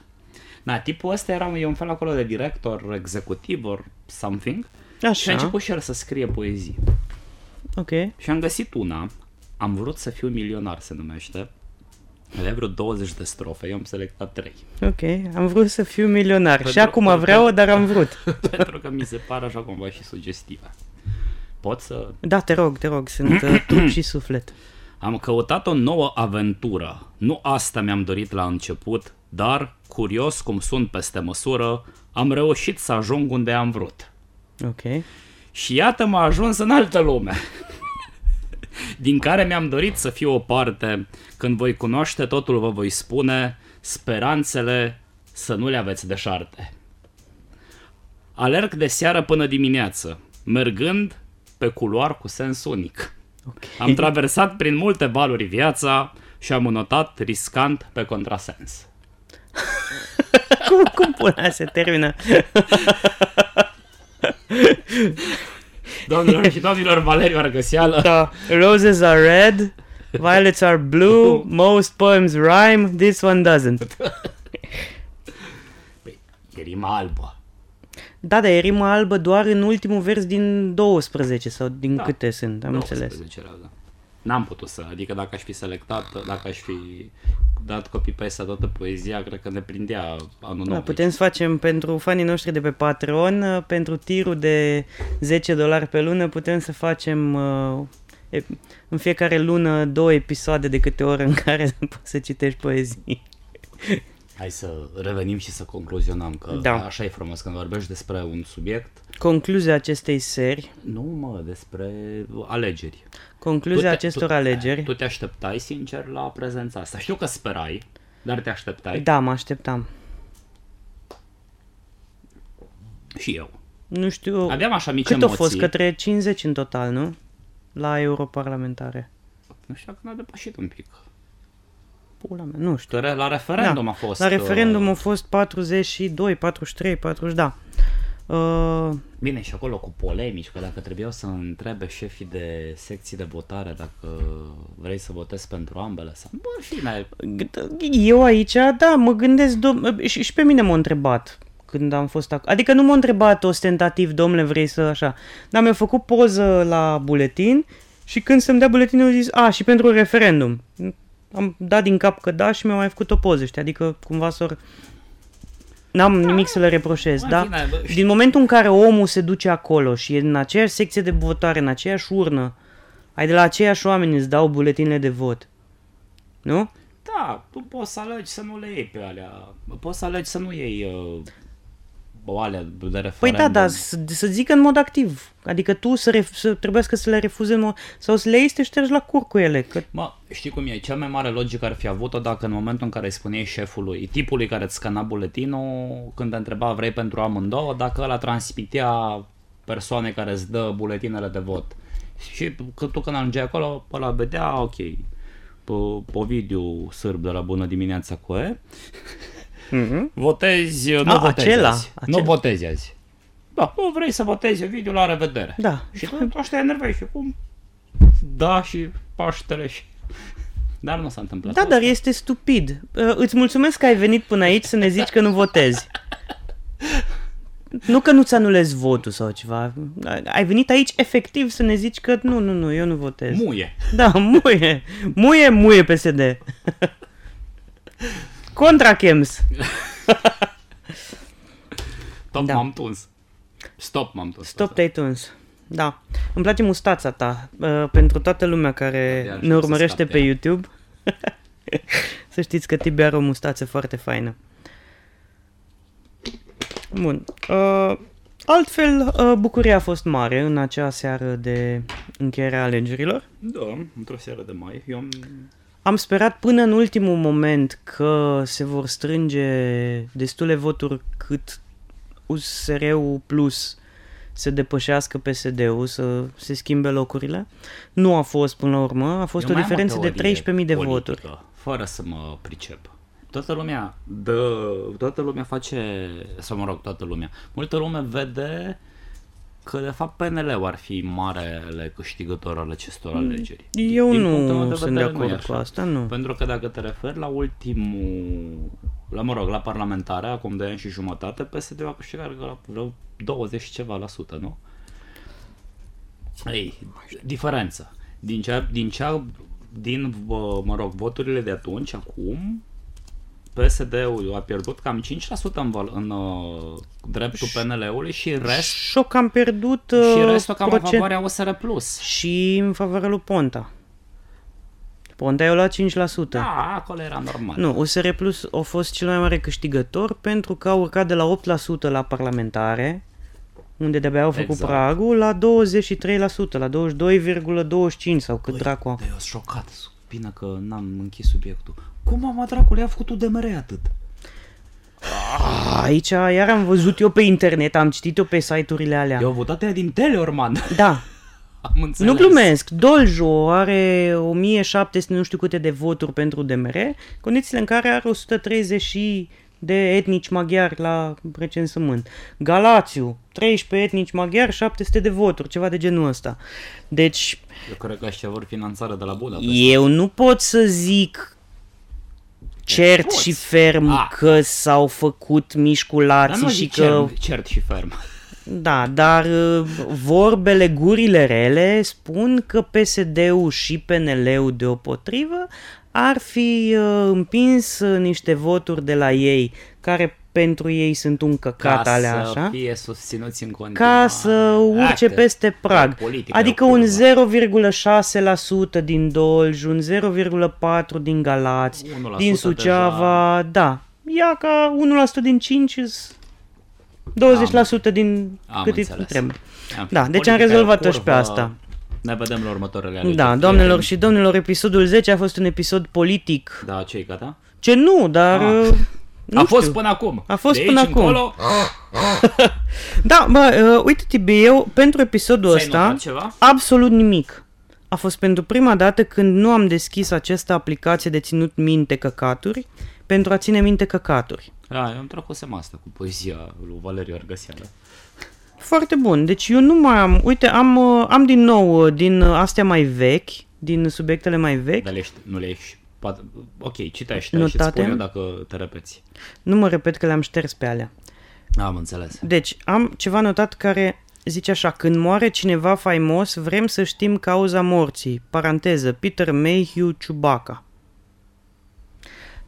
Speaker 2: Na, tipul ăsta era e un fel acolo de director, executiv or something. Și a
Speaker 1: Așa,
Speaker 2: început și el să scrie poezii.
Speaker 1: ok.
Speaker 2: Și am găsit una, am vrut să fiu milionar se numește. Avea vreo 20 de strofe, eu am selectat 3.
Speaker 1: Ok, am vrut să fiu milionar și
Speaker 2: Pentru-
Speaker 1: acum vreau, dar am vrut.
Speaker 2: pentru că mi se pare așa cumva și sugestivă. Pot să
Speaker 1: Da, te rog, te rog, sunt uh, trup și suflet.
Speaker 2: Am căutat o nouă aventură. Nu asta mi-am dorit la început, dar, curios cum sunt peste măsură, am reușit să ajung unde am vrut.
Speaker 1: Ok,
Speaker 2: Și iată m-a ajuns în altă lume, din care mi-am dorit să fiu o parte. Când voi cunoaște totul, vă voi spune speranțele să nu le aveți deșarte. Alerg de seară până dimineață, mergând pe culoar cu sens unic.
Speaker 1: ok.
Speaker 2: Am traversat prin multe valuri viața, și am notat riscant pe contrasens.
Speaker 1: cum, cum până se termină?
Speaker 2: Doamnelor și domnilor, Valeriu Argăseală.
Speaker 1: Da. Roses are red, violets are blue, most poems rhyme, this one doesn't.
Speaker 2: Păi, e rima albă.
Speaker 1: Da, dar e rima albă doar în ultimul vers din 12 sau din
Speaker 2: Da.
Speaker 1: câte sunt, am înțeles.
Speaker 2: 19 erau, da. N-am putut să, adică dacă aș fi selectat, dacă aș fi dat copii peste toată poezia, cred că ne prindea anul
Speaker 1: Da,
Speaker 2: nou.
Speaker 1: putem să facem pentru fanii noștri de pe Patreon, uh, pentru tirul de 10 dolari pe lună, putem să facem uh, e- în fiecare lună două episoade de câte ore în care poți să citești poezii.
Speaker 2: Hai să revenim și să concluzionăm că
Speaker 1: Da.
Speaker 2: da. așa e frumos când vorbești despre un subiect.
Speaker 1: Concluzia acestei seri,
Speaker 2: Nu, mă, despre alegeri.
Speaker 1: concluzia
Speaker 2: te-
Speaker 1: acestor
Speaker 2: tu-
Speaker 1: alegeri,
Speaker 2: Tu te așteptai, sincer, la prezența asta. Știu că sperai, dar te așteptai.
Speaker 1: da, mă așteptam.
Speaker 2: Și eu.
Speaker 1: Nu știu,
Speaker 2: Aveam așa mici
Speaker 1: cât
Speaker 2: emoții.
Speaker 1: a fost? Către 50 în total, nu? La europarlamentare.
Speaker 2: Nu știu că n-a depășit un pic.
Speaker 1: Pula mea, nu știu. Da.
Speaker 2: Că re- La referendum a fost.
Speaker 1: La referendum
Speaker 2: uh,
Speaker 1: a fost 42, 43, 40, da. Uh,
Speaker 2: Bine, și acolo cu polemici, că dacă trebuiau să întrebe șefii de secții de votare dacă vrei să votezi pentru ambele sau... Bă, în fine,
Speaker 1: eu aici, da, mă gândesc, dom- și, și pe mine m-a întrebat când am fost acolo. Adică nu m-a întrebat ostentativ, domnule, vrei să așa. Dar mi-a făcut poză la buletin și când să-mi dea buletinul, au zis, a, și pentru referendum. Am dat din cap că da și mi-au mai făcut o poză, știi? Adică cumva s N-am nimic să le reproșez,
Speaker 2: Bă,
Speaker 1: da?
Speaker 2: bine, bă, știi-
Speaker 1: Din momentul în care omul se duce acolo și e în aceeași secție de votare, în aceeași urnă, ai de la aceiași oameni îți dau buletinele de vot. Nu?
Speaker 2: da, tu poți să alegi să nu le iei pe alea. Poți să alegi să nu iei uh, o alea de referendum.
Speaker 1: Păi da, dar să, să zică în mod activ. Adică tu să, ref, să trebuiască să le refuzi în mod, sau să le iei să te ștergi la cur cu ele. Că,
Speaker 2: Mă, știi cum e? Cea mai mare logică ar fi avut-o dacă în momentul în care îi spuneai șefului, tipului care îți scana buletinul, când te întreba vrei pentru amândouă, dacă ăla transmitea persoane care îți dă buletinele de vot. Și când tu când ajungeai acolo, ăla vedea, ok, P- Ovidiu Sârb de la Bună Dimineața cu E,
Speaker 1: mm-hmm.
Speaker 2: votezi, nu
Speaker 1: A, Ah,
Speaker 2: votezi
Speaker 1: acela,
Speaker 2: azi.
Speaker 1: acela.
Speaker 2: Nu votezi azi. Da, nu vrei să votezi Ovidiu, la revedere.
Speaker 1: Da.
Speaker 2: Și tu ăștia enervezi și cum? Da și Paștele și... Dar nu s-a întâmplat.
Speaker 1: Da, dar este stupid. Uh, Îți mulțumesc că ai venit până aici să ne zici că nu votezi. Nu că nu-ți anulezi votul sau ceva. Ai venit aici efectiv să ne zici că nu, nu, nu, eu nu votez.
Speaker 2: Muie.
Speaker 1: Da, muie. Muie, muie PSD. Contra Chems.
Speaker 2: Top
Speaker 1: Da.
Speaker 2: m-am tuns. Stop m-am tuns.
Speaker 1: Stop te-ai tuns. Da. Îmi place mustața ta. Uh, pentru toată lumea care
Speaker 2: Abia aștept
Speaker 1: ne
Speaker 2: să
Speaker 1: urmărește
Speaker 2: scape
Speaker 1: pe
Speaker 2: ea.
Speaker 1: YouTube. să știți că Tibi are o mustață foarte faină. Bun. Uh, altfel, uh, bucuria a fost mare în acea seară de încheiere a alegerilor.
Speaker 2: Da, într-o seară de mai. Eu am...
Speaker 1: Am sperat până în ultimul moment că se vor strânge destule voturi cât USR-ul plus să depășească PSD-ul, să se schimbe locurile. Nu a fost până la urmă, a fost
Speaker 2: Eu
Speaker 1: o
Speaker 2: mai am
Speaker 1: diferență de 13.000
Speaker 2: teorie
Speaker 1: de
Speaker 2: politică,
Speaker 1: voturi.
Speaker 2: Fără să mă pricep. Toată lumea, dă, toată lumea face, sau mă rog, toată lumea, multă lume vede că de fapt PNL-ul ar fi marele câștigător al acestor alegeri.
Speaker 1: Mm. Eu
Speaker 2: Din punctul meu
Speaker 1: nu sunt de
Speaker 2: vedere, nu e
Speaker 1: acord
Speaker 2: așa. Păi
Speaker 1: cu asta, nu.
Speaker 2: Pentru că dacă te referi la ultimul, la mă rog, la parlamentare, acum 2 ani și jumătate, PSD-ul a câștigat cred că la vreo 20 și ceva la sută, nu? Ei, diferență. Din cea, din cea, din, bă, mă rog, voturile de atunci, acum, PSD-ul a pierdut cam 5% în, val- în uh, dreptul PNL-ului și rest,
Speaker 1: Și-o că am pierdut
Speaker 2: și
Speaker 1: uh,
Speaker 2: restul cam în
Speaker 1: procent-
Speaker 2: favoarea USR+. Plus.
Speaker 1: și în favoarea lui Ponta. Ponta i-a luat 5%.
Speaker 2: Da, acolo era normal.
Speaker 1: Nu, USR Plus a fost cel mai mare câștigător pentru că a urcat de la 8% la parlamentare, unde de-abia au făcut
Speaker 2: Exact.
Speaker 1: pragul, la 23%, la 22,25% sau cât dracu a
Speaker 2: Dar eu sunt șocat. Bine că n-am închis subiectul. Cum mama dracului a făcut UDMR atât?
Speaker 1: Ah, Aici iar am văzut eu pe internet, am citit eu pe site-urile alea.
Speaker 2: Eu au votat ea din Teleorman.
Speaker 1: Da,
Speaker 2: Da. Am înțeles.
Speaker 1: Nu glumesc, Doljo are 1700 nu știu câte de voturi pentru DMR, condițiile în care are 130 de etnici maghiari la recensământ. Galațiu, 13 etnici maghiari, 700 de voturi, ceva de genul ăsta. Deci,
Speaker 2: Eu cred că ăștia vor finanțare de la Budapest.
Speaker 1: eu nu pot să zic cert
Speaker 2: poți.
Speaker 1: și ferm
Speaker 2: Ah.
Speaker 1: că s-au făcut
Speaker 2: Dar
Speaker 1: mișculații
Speaker 2: nu
Speaker 1: și
Speaker 2: zic
Speaker 1: că...
Speaker 2: cert, cert și ferm.
Speaker 1: Da, dar uh, vorbele, gurile rele spun că PSD-ul și PNL-ul deopotrivă ar fi uh, împins uh, niște voturi de la ei, care pentru ei sunt un căcat ale
Speaker 2: să
Speaker 1: așa,
Speaker 2: fie susținuți în continuare.
Speaker 1: ca să urce
Speaker 2: Acte.
Speaker 1: peste prag.
Speaker 2: E o politică,
Speaker 1: adică
Speaker 2: e o
Speaker 1: un
Speaker 2: curvă.
Speaker 1: 0,6% din Dolj, un 0,4% din Galați,
Speaker 2: 1%
Speaker 1: din
Speaker 2: deja.
Speaker 1: Suceava, da. Ia ca 1% din 5 îs 20% din
Speaker 2: Am
Speaker 1: cât
Speaker 2: înțeles.
Speaker 1: îi trebuie.
Speaker 2: În fine,
Speaker 1: Da, deci am
Speaker 2: politica e o
Speaker 1: rezolvat-o și pe
Speaker 2: curvă.
Speaker 1: asta.
Speaker 2: Ne vedem la următoarele alegeri.
Speaker 1: Da, doamnelor și domnilor, episodul 10 a fost un episod politic.
Speaker 2: Da, ce gata?
Speaker 1: Ce nu, dar...
Speaker 2: Ah.
Speaker 1: uh, Nu
Speaker 2: a fost
Speaker 1: știu.
Speaker 2: până acum.
Speaker 1: A fost
Speaker 2: de
Speaker 1: până
Speaker 2: aici
Speaker 1: acum.
Speaker 2: Încolo,
Speaker 1: Da, bă, uh, uite, Tibi, eu pentru episodul
Speaker 2: Ți-ai
Speaker 1: ăsta,
Speaker 2: notat ceva?
Speaker 1: absolut nimic. A fost pentru prima dată când nu am deschis această aplicație de ținut minte căcaturi pentru a ține minte căcaturi.
Speaker 2: Da, eu am trecusem asta cu poezia lui Valeriu Argăseală.
Speaker 1: Foarte bun. Deci eu nu mai am... Uite, am, uh, am din nou uh, din uh, astea mai vechi, din subiectele mai vechi.
Speaker 2: Dar le ești, nu le ești... Poate, ok, citește și îți
Speaker 1: Notate?
Speaker 2: spun eu dacă te repeți. Da,
Speaker 1: Nu mă repet că le-am șters pe alea.
Speaker 2: Am înțeles.
Speaker 1: Deci, am ceva notat care zice așa, când moare cineva faimos, vrem să știm cauza morții. Paranteză, Peter Mayhew Ciubaca.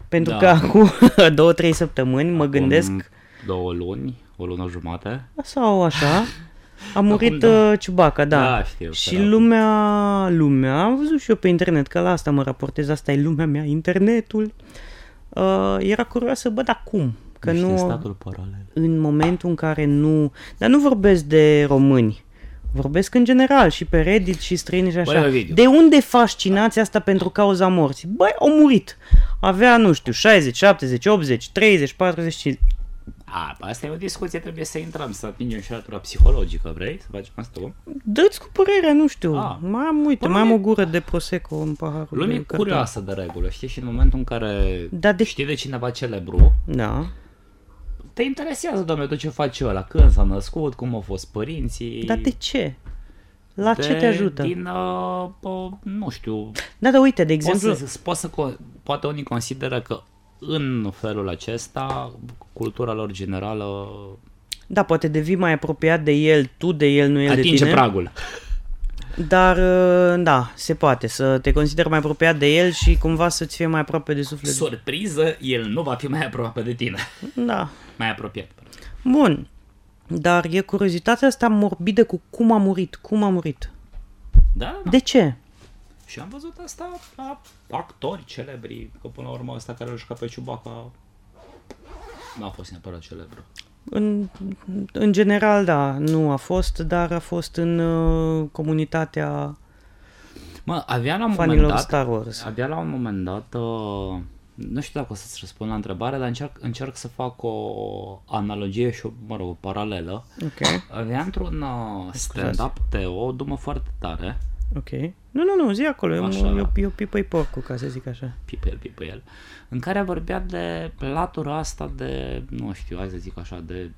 Speaker 1: Pentru
Speaker 2: Da.
Speaker 1: da. că acum două, trei săptămâni mă gândesc,
Speaker 2: Acum două luni, o lună jumate.
Speaker 1: sau așa, a murit
Speaker 2: da.
Speaker 1: da. Ciubaca, da.
Speaker 2: Da, știu,
Speaker 1: și
Speaker 2: săracul.
Speaker 1: lumea, lumea, am văzut și eu pe internet, că la asta mă raportez, asta e lumea mea, internetul. Uh, era curioasă, bă, dar cum? Că
Speaker 2: Ești
Speaker 1: nu...
Speaker 2: în statul paralel.
Speaker 1: în momentul în care nu... Dar nu vorbesc de români. Vorbesc în general și pe Reddit și străini și așa.
Speaker 2: Băi, Ovidiu.
Speaker 1: de unde fascinația asta pentru cauza morții? Băi, au murit. Avea, nu știu, 60, 70, 80, 30, 40, 50.
Speaker 2: A, bă, asta e o discuție, trebuie să intrăm, să atingem și latura psihologică, vrei? Să facem asta acum?
Speaker 1: Dă-ți cu părerea, nu știu.
Speaker 2: Ah.
Speaker 1: Mai am, uite,
Speaker 2: Bă,
Speaker 1: mai am
Speaker 2: lumea-
Speaker 1: o gură de Prosecco în paharul.
Speaker 2: Lumea
Speaker 1: de
Speaker 2: e
Speaker 1: carton.
Speaker 2: curioasă de regulă, știi? Și în momentul în care
Speaker 1: Da, de-
Speaker 2: știi de cineva celebru,
Speaker 1: Da.
Speaker 2: te interesează, doamne, tot ce face ăla, când s-a născut, cum au fost părinții.
Speaker 1: Dar de ce? La ce te ajută?
Speaker 2: Din, uh, uh, nu știu,
Speaker 1: Da, dar uite, de
Speaker 2: poți
Speaker 1: exemplu...
Speaker 2: să, poți să, co- poate unii consideră că în felul acesta, cultura lor generală
Speaker 1: Da, poate devii mai apropiat de el, tu de el, nu el de
Speaker 2: atinge
Speaker 1: tine.
Speaker 2: pragul.
Speaker 1: Dar, uh, da, se poate să te consideri mai apropiat de el și cumva să-ți fie mai aproape de suflet.
Speaker 2: Surpriză, el nu va fi mai aproape de tine.
Speaker 1: Da.
Speaker 2: Mai apropiat.
Speaker 1: Bun. Dar e curiozitatea asta morbidă cu cum a murit, cum a murit.
Speaker 2: Da?
Speaker 1: De ce?
Speaker 2: Și am văzut asta la actori celebri, că până la urmă ăsta care îl juca pe Ciubaca nu a fost neapărat celebru.
Speaker 1: În, în general, da, nu a fost, dar a fost în uh, comunitatea
Speaker 2: Mă, avea la un moment
Speaker 1: fanilor
Speaker 2: dat,
Speaker 1: Star Wars.
Speaker 2: avea la un moment dat, uh, nu știu dacă o să-ți răspund la întrebare, dar încerc, încerc să fac o analogie și o, mă rog, o paralelă.
Speaker 1: Ok,
Speaker 2: Avea într-un uh, stand-up Teo o dumă foarte tare,
Speaker 1: ok. Nu, nu, nu, zi acolo, eu,
Speaker 2: Așa.
Speaker 1: eu, eu pipăi porcul, ca să zic așa.
Speaker 2: pipel, pipel, în care vorbea de latura asta de, nu știu, hai să zic așa, de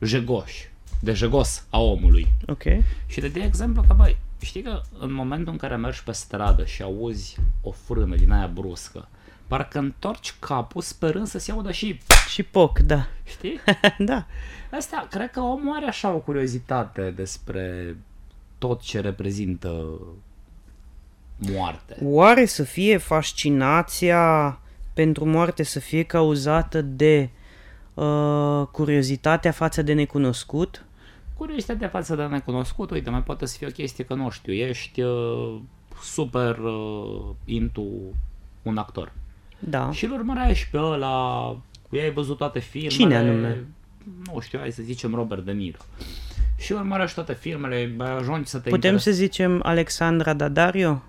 Speaker 2: jegoș, de jegos a omului.
Speaker 1: Ok,
Speaker 2: Și de de exemplu că, băi, știi că în momentul în care mergi pe stradă și auzi o frână din aia bruscă, parcă întorci capul sperând să se audă și,
Speaker 1: și poc, da.
Speaker 2: știi?
Speaker 1: da,
Speaker 2: Asta, cred că omul are așa o curiozitate despre tot ce reprezintă moarte.
Speaker 1: Oare să fie fascinația pentru moarte să fie cauzată de uh, curiozitatea față de necunoscut?
Speaker 2: Curiozitatea față de necunoscut, uite, mai poate să fie o chestie că, nu știu, ești uh, super uh, into un actor.
Speaker 1: Da.
Speaker 2: Și îl urmărești pe ăla, i-ai văzut toate filmele.
Speaker 1: Cine anume?
Speaker 2: Nu știu, hai să zicem Robert De Niro. Și urmărești toate filmele, ajungi să te
Speaker 1: Putem
Speaker 2: interes-
Speaker 1: să zicem Alexandra Daddario?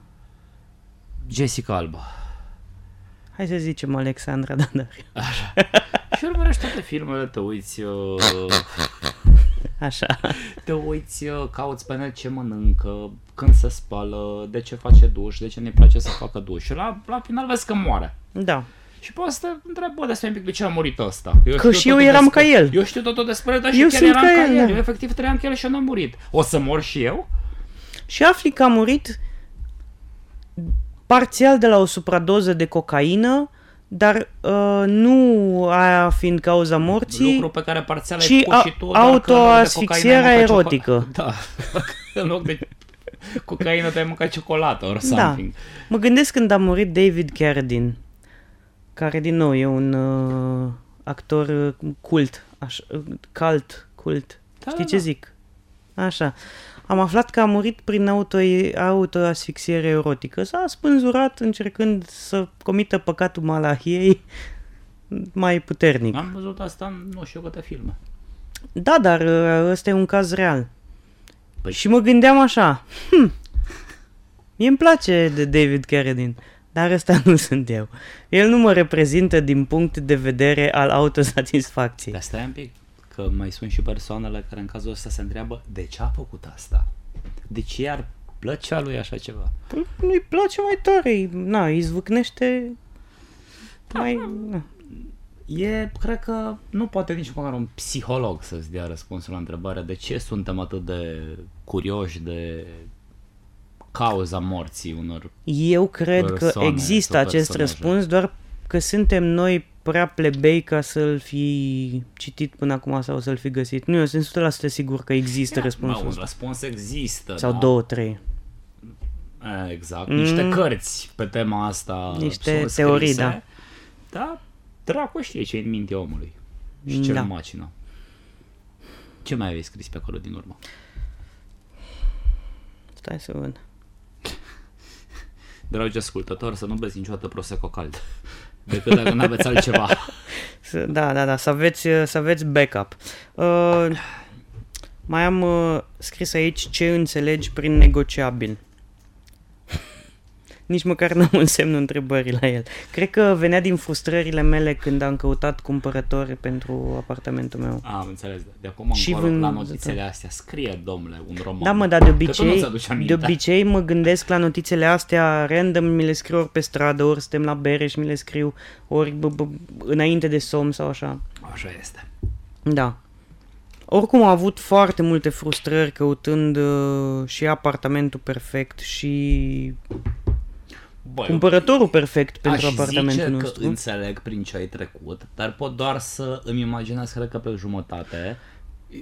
Speaker 2: Jessica Alba.
Speaker 1: Hai să zicem Alexandra Daddario.
Speaker 2: Și urmărești toate filmele, te uiți... Uh...
Speaker 1: Așa.
Speaker 2: Te uiți, uh, cauți pe net ce mănâncă, când se spală, de ce face duș, de ce ne place să facă duș. Și la, la final vezi că moare.
Speaker 1: Da.
Speaker 2: Și poți să te întrebi, bă, despre de ce a murit ăsta? Eu
Speaker 1: Că
Speaker 2: știu
Speaker 1: și eu
Speaker 2: totul
Speaker 1: eram
Speaker 2: despre-
Speaker 1: ca el.
Speaker 2: Eu știu totul despre el, dar și
Speaker 1: Eu
Speaker 2: chiar
Speaker 1: sunt
Speaker 2: eram
Speaker 1: ca
Speaker 2: ca
Speaker 1: el,
Speaker 2: el.
Speaker 1: da.
Speaker 2: Eu efectiv trăiam ca el și eu n-am murit. O să mor și eu?
Speaker 1: Și afli că a murit parțial de la o supradoză de cocaină, dar uh, nu aia fiind cauza morții.
Speaker 2: Lucru pe care parțial ai
Speaker 1: ci
Speaker 2: făcut
Speaker 1: a-
Speaker 2: și tu, dar că în loc de
Speaker 1: autoasfixierea
Speaker 2: cocaină ai mâncat
Speaker 1: erotică.
Speaker 2: cioco- Da. în loc de cocaină te-ai mâncat ciocolată or
Speaker 1: Da.
Speaker 2: something.
Speaker 1: Mă gândesc când a murit David Carradine, care din nou e un uh, actor uh, cult, așa, uh, cult, cult.
Speaker 2: Da,
Speaker 1: Știi
Speaker 2: da,
Speaker 1: ce
Speaker 2: da.
Speaker 1: zic? Așa. Am aflat că a murit prin auto, autoasfixiere erotică. S-a spânzurat încercând să comită păcatul Malahiei mai puternic.
Speaker 2: Am văzut asta în nu știu câte filme.
Speaker 1: Da, dar ă, ăsta e un caz real.
Speaker 2: Păi-
Speaker 1: Păi. Și mă gândeam așa, hm, mie îmi place de David Carradine, dar ăsta nu sunt eu. El nu mă reprezintă din punct de vedere al autosatisfacției. Da.
Speaker 2: Dar Adică stai un pic, că mai sunt și persoanele care în cazul ăsta se întreabă de ce a făcut asta? De ce iar plăcea lui așa ceva?
Speaker 1: Păi, Nu-i place mai tare, îi- na, îi zvâcnește mai... na.
Speaker 2: E, cred că nu poate nici măcar un psiholog să-ți dea răspunsul la întrebarea de ce suntem atât de curioși de cauza morții unor...
Speaker 1: Eu cred
Speaker 2: Persoane
Speaker 1: că există
Speaker 2: sau
Speaker 1: acest
Speaker 2: personaje.
Speaker 1: răspuns, doar că suntem noi prea plebei ca să-l fi citit până acum sau să-l fi găsit. Nu, eu sunt 100% sigur că există
Speaker 2: Ia,
Speaker 1: răspunsul
Speaker 2: bă, un
Speaker 1: ăsta.
Speaker 2: răspuns există,
Speaker 1: Sau
Speaker 2: da?
Speaker 1: două, trei.
Speaker 2: E, Exact, niște cărți pe tema asta
Speaker 1: Mm. Niște
Speaker 2: sunt
Speaker 1: teorii,
Speaker 2: scrise,
Speaker 1: da.
Speaker 2: Dar dracu știe ce e în mintea omului și ce
Speaker 1: Da.
Speaker 2: da. macină. Ce mai aveai scris pe acolo din urmă?
Speaker 1: Stai să văd.
Speaker 2: Dragi ascultători, să nu beți niciodată prosecco cald. Decât dacă nu aveți altceva.
Speaker 1: Să- Da, da, da, să aveți, uh, să aveți backup. Uh, mai am uh, scris aici ce înțelegi prin negociabil. Nici măcar n-am un semnul întrebării la el. Cred că venea din frustrările mele când am căutat cumpărători pentru apartamentul meu.
Speaker 2: Am înțeles. da. De acum
Speaker 1: Și
Speaker 2: încolo, la
Speaker 1: vânzător.
Speaker 2: notițele astea, scrie, domnule, un roman.
Speaker 1: Da, mă, dar de
Speaker 2: Că tu nu-ți
Speaker 1: obicei,
Speaker 2: aduci aminte.
Speaker 1: de obicei mă gândesc la notițele astea random, mi le scriu ori pe stradă, ori suntem la bere și mi le scriu, ori bă, bă, înainte de somn sau așa.
Speaker 2: Așa este.
Speaker 1: Da. Oricum am avut foarte multe frustrări căutând uh, și apartamentul perfect și
Speaker 2: Băi,
Speaker 1: cumpărătorul perfect pentru
Speaker 2: aș
Speaker 1: apartamentul
Speaker 2: zice
Speaker 1: nostru.
Speaker 2: că înțeleg prin ce ai trecut, dar pot doar să îmi imaginez, cred că pe jumătate,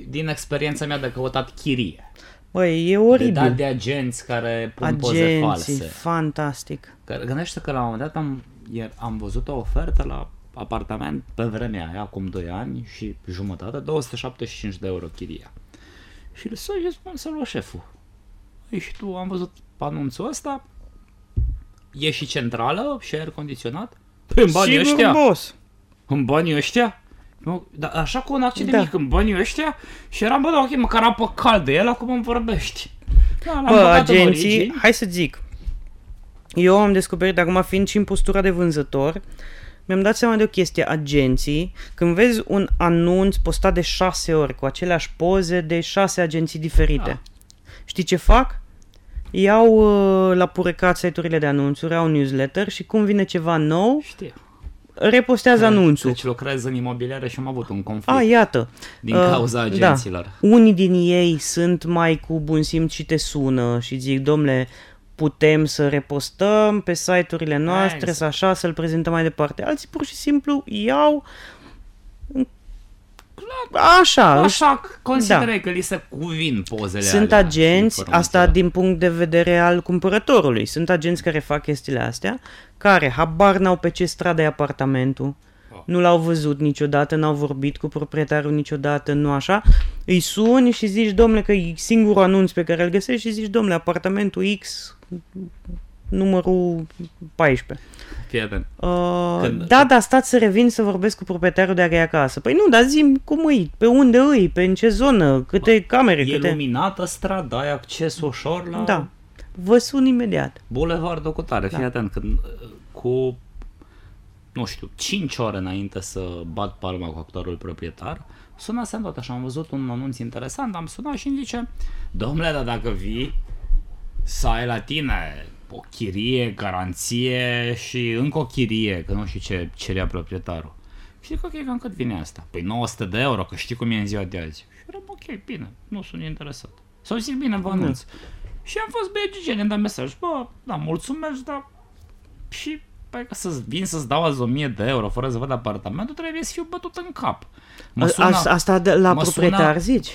Speaker 2: din experiența mea de căutat chirie.
Speaker 1: Băi, e
Speaker 2: De dat
Speaker 1: oribil.
Speaker 2: de agenți care pun poze
Speaker 1: Agenții,
Speaker 2: false.
Speaker 1: fantastic.
Speaker 2: Că- Gândește că la un moment dat am, iar am văzut o ofertă la apartament pe vremea aia, acum 2 ani și jumătate, 275 de euro chiria. Și îl sun și spun să-l lua șeful. Ei, și tu, am văzut anunțul ăsta, e și centrală și aer condiționat. Păi în banii
Speaker 1: Sigur,
Speaker 2: ăștia,
Speaker 1: boss.
Speaker 2: în banii ăștia, nu, dar așa cu un accent
Speaker 1: Da.
Speaker 2: da. mic, în banii ăștia, și eram, bă, da, ok, măcar apă caldă, el acum îmi vorbești. Da, l-am
Speaker 1: Bă,
Speaker 2: băgat în
Speaker 1: agenții,
Speaker 2: origini.
Speaker 1: hai să zic. Eu am descoperit, acum fiind și în postura de vânzător, mi-am dat seama de o chestie. Agenții, când vezi un anunț postat de șase ori cu aceleași poze de șase agenții diferite,
Speaker 2: Da.
Speaker 1: știi ce fac? Iau uh, la purecat site-urile de anunțuri, au newsletter și cum vine ceva nou,
Speaker 2: Știu.
Speaker 1: repostează anunțul.
Speaker 2: Deci lucrez în imobiliare și am avut un conflict
Speaker 1: A, Ah, iată.
Speaker 2: din
Speaker 1: Uh,
Speaker 2: cauza agenților.
Speaker 1: Da. Unii din ei sunt mai cu bun simț și te sună și zic, domnule, putem să repostăm pe site-urile noastre,
Speaker 2: Nice.
Speaker 1: să așa, să-l prezentăm mai departe. Alții pur și simplu iau Așa, își-
Speaker 2: Așa considerai că li se cuvin pozele
Speaker 1: sunt
Speaker 2: alea și
Speaker 1: agenți,
Speaker 2: informațiile.
Speaker 1: asta din punct de vedere al cumpărătorului, sunt agenți care fac chestiile astea, care habar n-au pe ce stradă e apartamentul,
Speaker 2: Ah.
Speaker 1: nu l-au văzut niciodată, n-au vorbit cu proprietarul niciodată, nu așa, îi suni și zici, domnule, că e singurul anunț pe care îl găsești și zici, domnule, apartamentul X, numărul 14.
Speaker 2: Prieten,
Speaker 1: Uh,
Speaker 2: Când-
Speaker 1: da, da, stați să revin să vorbesc cu proprietarul de aia acasă. Păi nu, dar zi cum îi, pe unde îi, pe în ce zonă, câte camere,
Speaker 2: e
Speaker 1: câte...
Speaker 2: luminată strada, ai acces ușor la
Speaker 1: Da. Vă sun imediat.
Speaker 2: bulevardul cu tare. Fii atent, când, cu, nu știu, 5 ore înainte să bat palma cu actorul proprietar, Sunasem tot așa, am văzut un anunț interesant, am sunat și îmi zice, domnule, dar dacă vii, să ai la tine o chirie, garanție și încă o chirie, că nu știu ce cerea proprietarul. Și zic, ok, cam cât vine asta? Păi 900 de euro, că știi cum e în ziua de azi. Și eram, ok, bine, nu sunt interesat. Sau zic, bine, vă anunț. Și am fost BGG, ne-am dat mesaj, bă, da, mulțumesc, dar și păi, ca să vin să-ți dau azi 1000 de euro fără să văd apartamentul, trebuie să fiu bătut în cap. Mă
Speaker 1: A-
Speaker 2: suna,
Speaker 1: as- Asta de la
Speaker 2: mă suna-
Speaker 1: proprietar zici?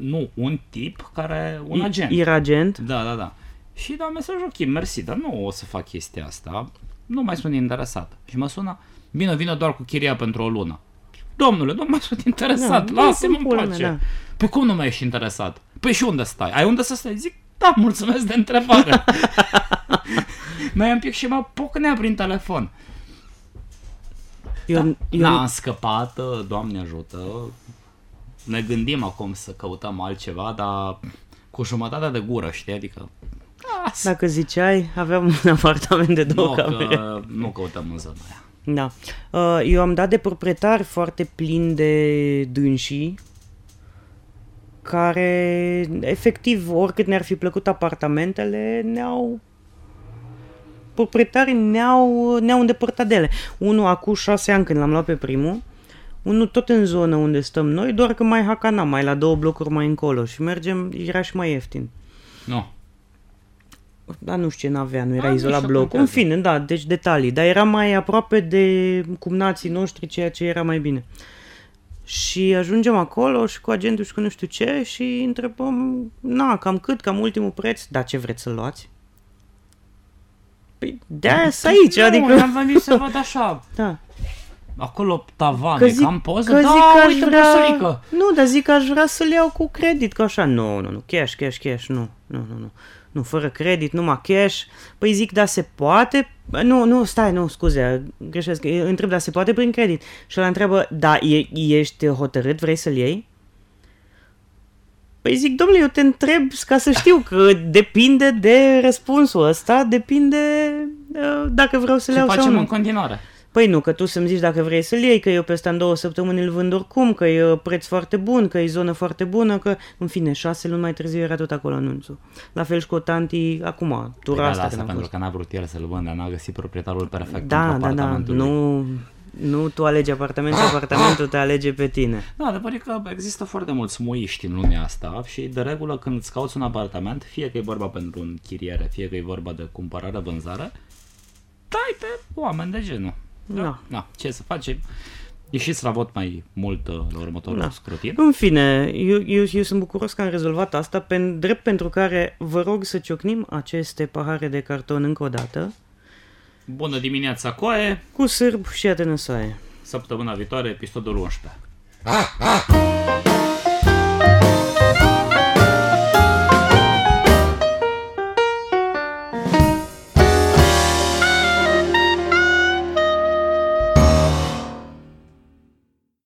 Speaker 2: nu, un tip care, un agent.
Speaker 1: Iragent?
Speaker 2: Da, da, da. Și dau mesaj, ok, mersi, dar nu o să fac chestia asta. Nu mai sunt interesat. Și mă sună, bine, vină doar cu chiria pentru o lună. Domnule, nu mai sunt interesat,
Speaker 1: Da,
Speaker 2: lasă-mă în
Speaker 1: pula mea,
Speaker 2: pace.
Speaker 1: da.
Speaker 2: Păi cum nu mai ești interesat? Păi și unde stai? Ai unde să stai? Zic, da, mulțumesc de întrebare. mai am pic și mă pocnea prin telefon.
Speaker 1: Eu, eu,
Speaker 2: Da, am scăpat, Doamne ajută. Ne gândim acum să căutăm altceva, dar cu jumătatea de gură, știi? Adică, da,
Speaker 1: Dacă ziceai, aveam un apartament de două
Speaker 2: nu,
Speaker 1: camere.
Speaker 2: că nu căutăm în zona aia.
Speaker 1: Da. Uh, Eu am dat de proprietari foarte plin de dânsii care, efectiv, oricât ne-ar fi plăcut apartamentele, ne-au proprietarii ne-au, ne-au îndepărtat de ele. Unul acum șase ani când l-am luat pe primul, unul tot în zonă unde stăm noi, doar că mai hacana, mai la două blocuri mai încolo și mergem, era și mai ieftin.
Speaker 2: Nu.
Speaker 1: Dar nu știu ce n-avea, nu era
Speaker 2: A, Da, nu
Speaker 1: izolat
Speaker 2: știu,
Speaker 1: blocul. În
Speaker 2: contează.
Speaker 1: fine, da, deci detalii. Dar era mai aproape de cumnații noștri, ceea ce era mai bine. Și ajungem acolo și cu agentul și cu nu știu ce și întrebăm, na, cam cât, cam ultimul preț, da, ce vreți să luați? Păi de-aia sunt aici,
Speaker 2: nu,
Speaker 1: adică...
Speaker 2: am venit să văd așa,
Speaker 1: Da.
Speaker 2: acolo tavan, că zic, cam poză,
Speaker 1: că
Speaker 2: da,
Speaker 1: zic că
Speaker 2: uite,
Speaker 1: aș vrea...
Speaker 2: măsurică.
Speaker 1: Nu, dar zic că aș vrea să-l iau cu credit, că așa, nu, nu, nu, cash, cash, cash, nu, nu, nu, nu. Nu, fără credit, numai cash. Păi zic, da, se poate? Nu, nu, stai, nu, scuze, greșesc. E- Întreb, da, se poate prin credit? Și ăla întreabă, da, e, ești hotărât, vrei să-l iei? Păi zic, domnule, eu te întreb ca să știu că depinde de răspunsul ăsta, depinde uh, dacă vreau să-l
Speaker 2: Ce
Speaker 1: iau sau
Speaker 2: facem
Speaker 1: nu.
Speaker 2: în continuare?
Speaker 1: Păi nu, că tu să-mi zici dacă vrei să-l iei, că eu peste în două săptămâni îl vând oricum, că e uh, preț foarte bun, că e zonă foarte bună, că... În fine, șase luni mai târziu era tot acolo anunțul. La fel și cu tanti acum, tura
Speaker 2: Da,
Speaker 1: asta
Speaker 2: da, asta
Speaker 1: când am
Speaker 2: pentru
Speaker 1: fost.
Speaker 2: că n-a vrut el să-l vândă, n-a găsit proprietarul perfect
Speaker 1: Da,
Speaker 2: pentru
Speaker 1: da, da,
Speaker 2: apartamentul lui.
Speaker 1: nu... Nu tu alegi apartamentul, apartamentul te alege pe tine.
Speaker 2: Da, adevărul e că există foarte mulți muiști în lumea asta și de regulă când îți cauți un apartament, fie că e vorba pentru un chiriere, fie că e vorba de cumpărare, vânzare, dai pe oameni de genul.
Speaker 1: Da.
Speaker 2: Na, ce să facem? Ieșiți la vot mai mult uh, la următorul
Speaker 1: Da.
Speaker 2: scrutin.
Speaker 1: În fine, eu, eu, eu sunt bucuros că am rezolvat asta, pen, drept pentru care vă rog să ciocnim aceste pahare de carton încă o dată,
Speaker 2: Bună dimineața, Coe!
Speaker 1: cu sârb și atănăsoaie.
Speaker 2: Săptămâna viitoare, episodul 11.